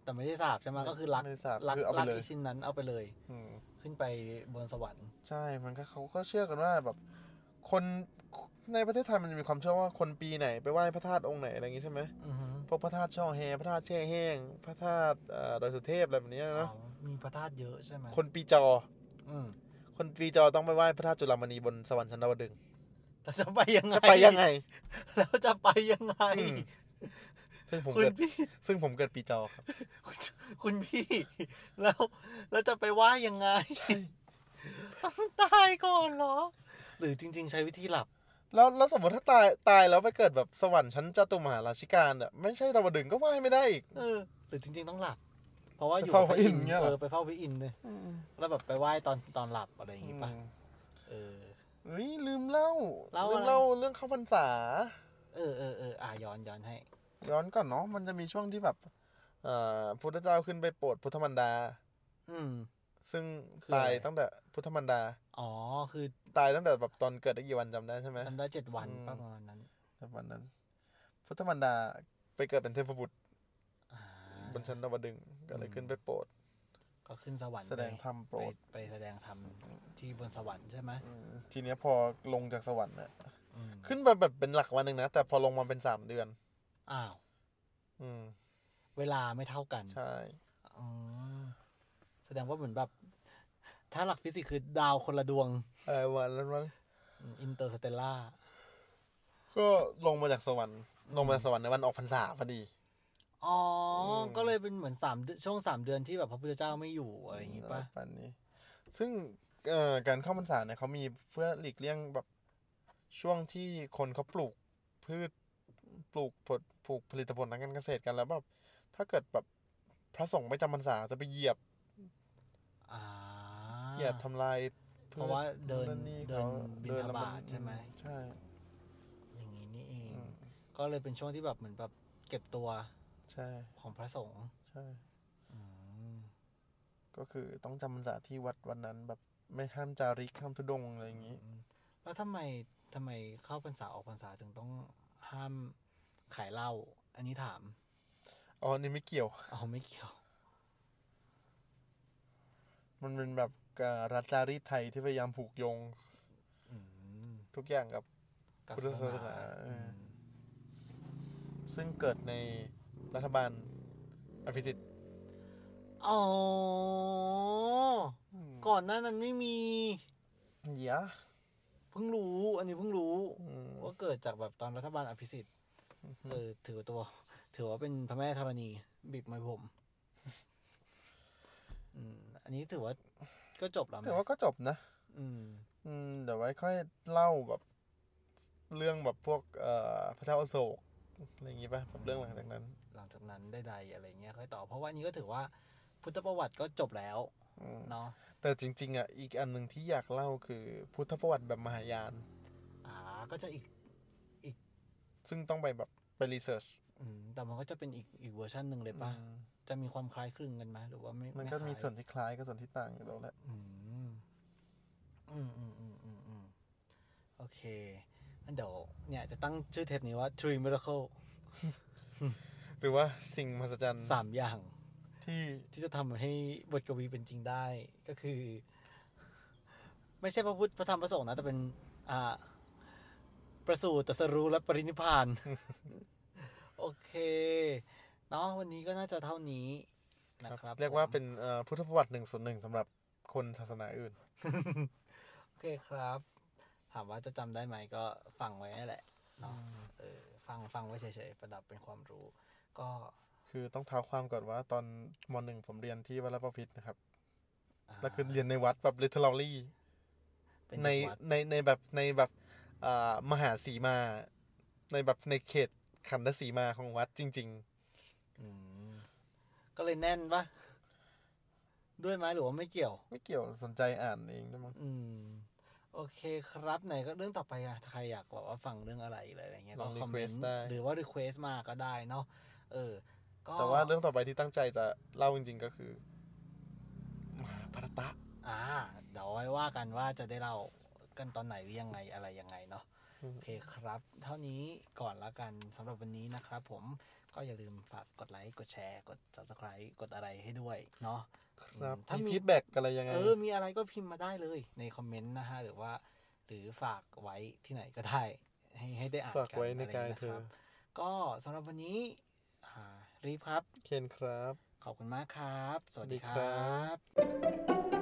Speaker 1: แต่ไม่ได้สาบใช่ไหมก็คือรัก
Speaker 2: ไม่ได้สาป
Speaker 1: รัก
Speaker 2: คือเอาไป
Speaker 1: รัก
Speaker 2: เลย
Speaker 1: ที่ชิ้นนั้นเอาไปเลย
Speaker 2: อืม
Speaker 1: ขึ้นไปบนสวรรค์
Speaker 2: ใช่มันก็เขาก็เชื่อกันว่าแบบ คนในประเทศไทยมันจะมีความเชื่อว่าคนปีไหนไปไหว้พระธาตุองค์ไหนอะไรอย่างงี้ใช่ไหม
Speaker 1: อือหือ
Speaker 2: พวกพระธาตุช่อแฮพระธาตุแช่แห้ง พระธาตุเอ่อดอยสุเทพอะไรแบบเนี้ย
Speaker 1: อ๋อ
Speaker 2: นะ
Speaker 1: มีพระธาตุเยอะใช่ไหม
Speaker 2: คนปีจอ
Speaker 1: อืม
Speaker 2: คนปีจอต้องไปไหว้พระธาตุจุลามณีบนสวรรค์ชั้นดาวดึงส์
Speaker 1: แต่จะไปยังไง
Speaker 2: จะไปยังไง
Speaker 1: แล้วจะไปยังไง
Speaker 2: อืม ซึ่งผม
Speaker 1: คุณ
Speaker 2: เกิด
Speaker 1: พี่
Speaker 2: ซึ่งผมเกิดปีจอครับ
Speaker 1: คุณพี่ แล้วแล้วจะไปว่ายังไงต้องตายก่อนเหรอ หรือจริง ๆ ใช้วิธีหลับ
Speaker 2: แล้วแล้วสมมติถ้าตายตายแล้วไปเกิดแบบสวรรค์ชั้นจตุมหาราชิการอ่ะไม่ใช่ดาวดึงส์ก็ไหว้ไม่ได้อีก
Speaker 1: เออ หรือจริง ๆ ต้องหลับ ผ ราะว่าอยู่
Speaker 2: ไปเฝ้า
Speaker 1: กับ
Speaker 2: พระอินทร์เงี้ยเหร
Speaker 1: เอ
Speaker 2: อ
Speaker 1: อไปเฝ้าพระอินทร์เลย
Speaker 2: อืม
Speaker 1: แล้วแบบไปไหว้ตอนตอนหลับอะไรอย่างงี้ป่ะเออ
Speaker 2: เฮ้ยลืมเล่า
Speaker 1: เล่า
Speaker 2: ลื
Speaker 1: อะไร
Speaker 2: มเล่าเรื่องเข้าพรรษา
Speaker 1: เออเออเอออ่ะย้อนย้อนให้
Speaker 2: ย้อนก่อนเนาะมันจะมีช่วงที่แบบเอ่อพุทธเจ้าขึ้นไปโปรดพุทธมันดา
Speaker 1: อืม
Speaker 2: ซึ่ง
Speaker 1: คืออะไร
Speaker 2: ตายตั้งแต่พุทธมันดา
Speaker 1: อ๋อคือ
Speaker 2: ตายตั้งแต่แบบตอนเกิดได้กี่วันจำได้ใช่ไหม
Speaker 1: จำได้เจ็ดวัน
Speaker 2: อืม
Speaker 1: ป่ะประมาณนั้น
Speaker 2: ประมาณนั้น พุทธมันดาไปเกิดเป็นเทพบุตร
Speaker 1: อ่า
Speaker 2: บนชั้นดาวดึงส์ก็เลยขึ้นไปโปรด
Speaker 1: ก็ขึ้นสวรรค์
Speaker 2: แสดงธรรมโปร
Speaker 1: ไป
Speaker 2: ด
Speaker 1: ไปแสดงธรรมที่บนสวรรค์ใช่ไหม
Speaker 2: อืมทีเนี้ยพอลงจากสวรรค์น่ะ
Speaker 1: อืม
Speaker 2: ขึ้นไปแบบเป็นหลักวันหนึ่งนะ แต่พอลงมาเป็นสามเดือน
Speaker 1: อ้าว
Speaker 2: อืม
Speaker 1: เวลาไม่เท่ากัน
Speaker 2: ใช่
Speaker 1: อืมแสดงว่าเหมือนแบบ ถ้าหลักฟิสิกส์คือดาวคนละดวง
Speaker 2: เออวันแล้วมั้ง
Speaker 1: อินเตอร์สเตลล่า
Speaker 2: ก็ลงมาจากสวรรค์ลงมาจากสวรรค์ในวันออกพรรษาพอดี
Speaker 1: อ๋ออ
Speaker 2: ม
Speaker 1: ก็เลยเป็นเหมือนสามเดือนช่วงสามเดือนที่แบบพระพุทธเจ้าไม่อยู่อะไรอย่างงี้ป่ะ
Speaker 2: ปานนี้ ซึ่งเอ่อการเข้าพรรษาเนี่ยเขามีเพื่อหลีกเลี่ยงแบบช่วงที่คนเขาปลูกพืชปลูกผลปลูกผลิตผลทางการเกษตรกันแล้วแบบถ้าเกิดแบบพระสงฆ์ไม่จำพรรษาจะไปเหยียบ
Speaker 1: อ่า
Speaker 2: เหยียบทำลาย
Speaker 1: เพราะว่าเดินเดินบิณฑบาต
Speaker 2: ต
Speaker 1: ใช่ไหม
Speaker 2: ใช่
Speaker 1: อย่างนี้นี่เอง
Speaker 2: อืม
Speaker 1: ก็เลยเป็นช่วงที่แบบเหมือนแบบเก็บตัว
Speaker 2: ใช่
Speaker 1: ของพระสงฆ์
Speaker 2: ใช่
Speaker 1: อืม
Speaker 2: ก็คือต้องจำพรรษาที่วัดวันนั้นแบบไม่ห้ามจาริกห้ามทุดงค์อะไรอย่างนี้
Speaker 1: แล้วทำไมทำไมเข้าพรรษาออกพรรษาถึงต้องห้ามขายเหล้าอันนี้ถาม
Speaker 2: อ๋ออันนี่ไม่เกี่ยว
Speaker 1: อ๋อไม่เกี่ยว
Speaker 2: มันเป็นแบบอ่ารัฐจารีตไทยที่พยายามผูกโยง
Speaker 1: อืม
Speaker 2: ทุกอย่างกับ
Speaker 1: กับ
Speaker 2: พุทธศาสนาเอออื
Speaker 1: ม
Speaker 2: ซึ่งเกิดในรัฐบาลอภิสิทธิ์
Speaker 1: อ๋อ ก่อนหน้านั้นไม่มี
Speaker 2: เหี้ยอะ
Speaker 1: เพิ่งรู้ อันนี้เพิ่งรู้
Speaker 2: อืม
Speaker 1: ว่าเกิดจากแบบตอนรัฐบาลอภิสิทธิ์เออถือตัว ถือว่าเป็นพระแม่ธรณีบีบมวยผมอืมอันนี้ถือว่าก็จบแล้วไหม
Speaker 2: แต่ว่าก็จบนะ
Speaker 1: อืม
Speaker 2: อืมเดี๋ยวไว้ค่อยเล่าแบบเรื่องแบบพวกเอ่อพระเจ้าอโศกอะไรอย่างงี้ป่ะแบบเรื่องหลังจากนั้น
Speaker 1: หลังจากนั้นได้ใดๆอะไรเงี้ยค่อยต่อ เพราะว่าอันนี้ก็ถือว่าพุทธประวัติก็จบแล้ว
Speaker 2: อืม
Speaker 1: เนาะ
Speaker 2: แต่จริง ๆอ่ะอีกอันหนึ่งที่อยากเล่าคือพุทธประวัติแบบมหายาน
Speaker 1: อ่า ก็จะอีก
Speaker 2: ซึ่งต้องไปแบบไปรีเสิร์ช
Speaker 1: อืม แต่มันก็จะเป็นอีกอีกเวอร์ชันหนึ่งเลยป่ะ
Speaker 2: อืม
Speaker 1: จะมีความคล้ายคลึงกันไหมหรือว่าไม่
Speaker 2: มัน
Speaker 1: ไ
Speaker 2: ก็มี
Speaker 1: คล้าย
Speaker 2: ส่วนที่คล้ายกับส่วนที่ต่างอยู่แล้วแหละ
Speaker 1: อืม อืมอืมอืมอืมอืมโอเคงั้นเดี๋ยวเนี่ยจะตั้งชื่อเทปนี้ว่า Three Miracle
Speaker 2: หรือว่าสิ่งมหัศจรรย์
Speaker 1: สามอย่าง
Speaker 2: ที่
Speaker 1: ที่จะทำให้บทกวีเป็นจริงได้ ก็คือ ไม่ใช่พระพุทธพระธรรมพระสงฆ์นะแต่เป็น อ่า ประสูติตรัสรู้และปรินิพ พาน โอเค เนาะวันนี้ก็น่าจะเท่านี้นะครับ
Speaker 2: เรียกว่า
Speaker 1: ผม
Speaker 2: เป็นเอ่อพุทธประวัติหนึ่งส่วนหนึ่งสำหรับคนศาสนาอื่น
Speaker 1: โอเคครับ ถามว่าจะจำได้ไหมก็ฟังไว้นั่นแหละเนาะเออฟังฟังไว้เฉยๆ ประดับเป็นความรู้ ก็
Speaker 2: คือต้องเท้าความก่อนว่าตอนมหนึ่งผมเรียนที่วัดประพิษนะครับ
Speaker 1: อ่า
Speaker 2: แล้วคือเรียนในวัดแบบ literally
Speaker 1: เป็นเด็ก
Speaker 2: ใน
Speaker 1: วัด
Speaker 2: ในในแบบในแบบอ่ามหาสีมา ในแบบในเขตขันธสีมาของวัดจริง
Speaker 1: อืมก็เลยแน่นปะด้วยไหมหรือว่าไม่เกี่ยว
Speaker 2: ๆ ไม่เกี่ยวสนใจอ่านเองด้วยมั้ง
Speaker 1: อืม โอเคครับไหนก็เรื่องต่อไปอะถ้าใครอยากบอกว่าฟังเรื่องอะไรเลยอะไรเงี้ย
Speaker 2: ลอ
Speaker 1: ก็
Speaker 2: งรี
Speaker 1: คอม
Speaker 2: เคว
Speaker 1: เม
Speaker 2: ส
Speaker 1: นต์
Speaker 2: ได้
Speaker 1: หรือว่ารีเควสมาก็ได้เนาะเออ ก็
Speaker 2: แต่ว่าเรื่องต่อไปที่ตั้งใจจะเล่าจริง ๆ ก็คือมหาภารตะ
Speaker 1: อ่าเดี๋ยวไว้ว่ากันว่าจะได้เล่ากันตอนไหนหรือยังไงอะไรยังไงเนาะ โอเคครับ เท่านี้ก่อนละกันสำหรับวันนี้นะครับผมก็อย่าลืมฝากกดไลค์ กดแชร์ กด subscribe กดอะไรให้ด้วยเนาะ
Speaker 2: ครับ
Speaker 1: ถ้ามี
Speaker 2: มีฟีดแบ็กอะไรยังไง
Speaker 1: เออ มีอะไรก็พิมพ์มาได้เลยในคอมเมนต์นะฮะ หรือว่า หรือฝากไว้ที่ไหนก็ได้ ให้ให้ได้อ่าน
Speaker 2: ฝากไว้ในกา
Speaker 1: ะ
Speaker 2: ย
Speaker 1: ไร
Speaker 2: เธอ
Speaker 1: นะครับ ก็สำหรับวันนี้อ่ารีบครับ
Speaker 2: เคนครับ
Speaker 1: ขอบคุณมากครับ สวัสดี
Speaker 2: ดี
Speaker 1: ค
Speaker 2: ครั
Speaker 1: รับ บ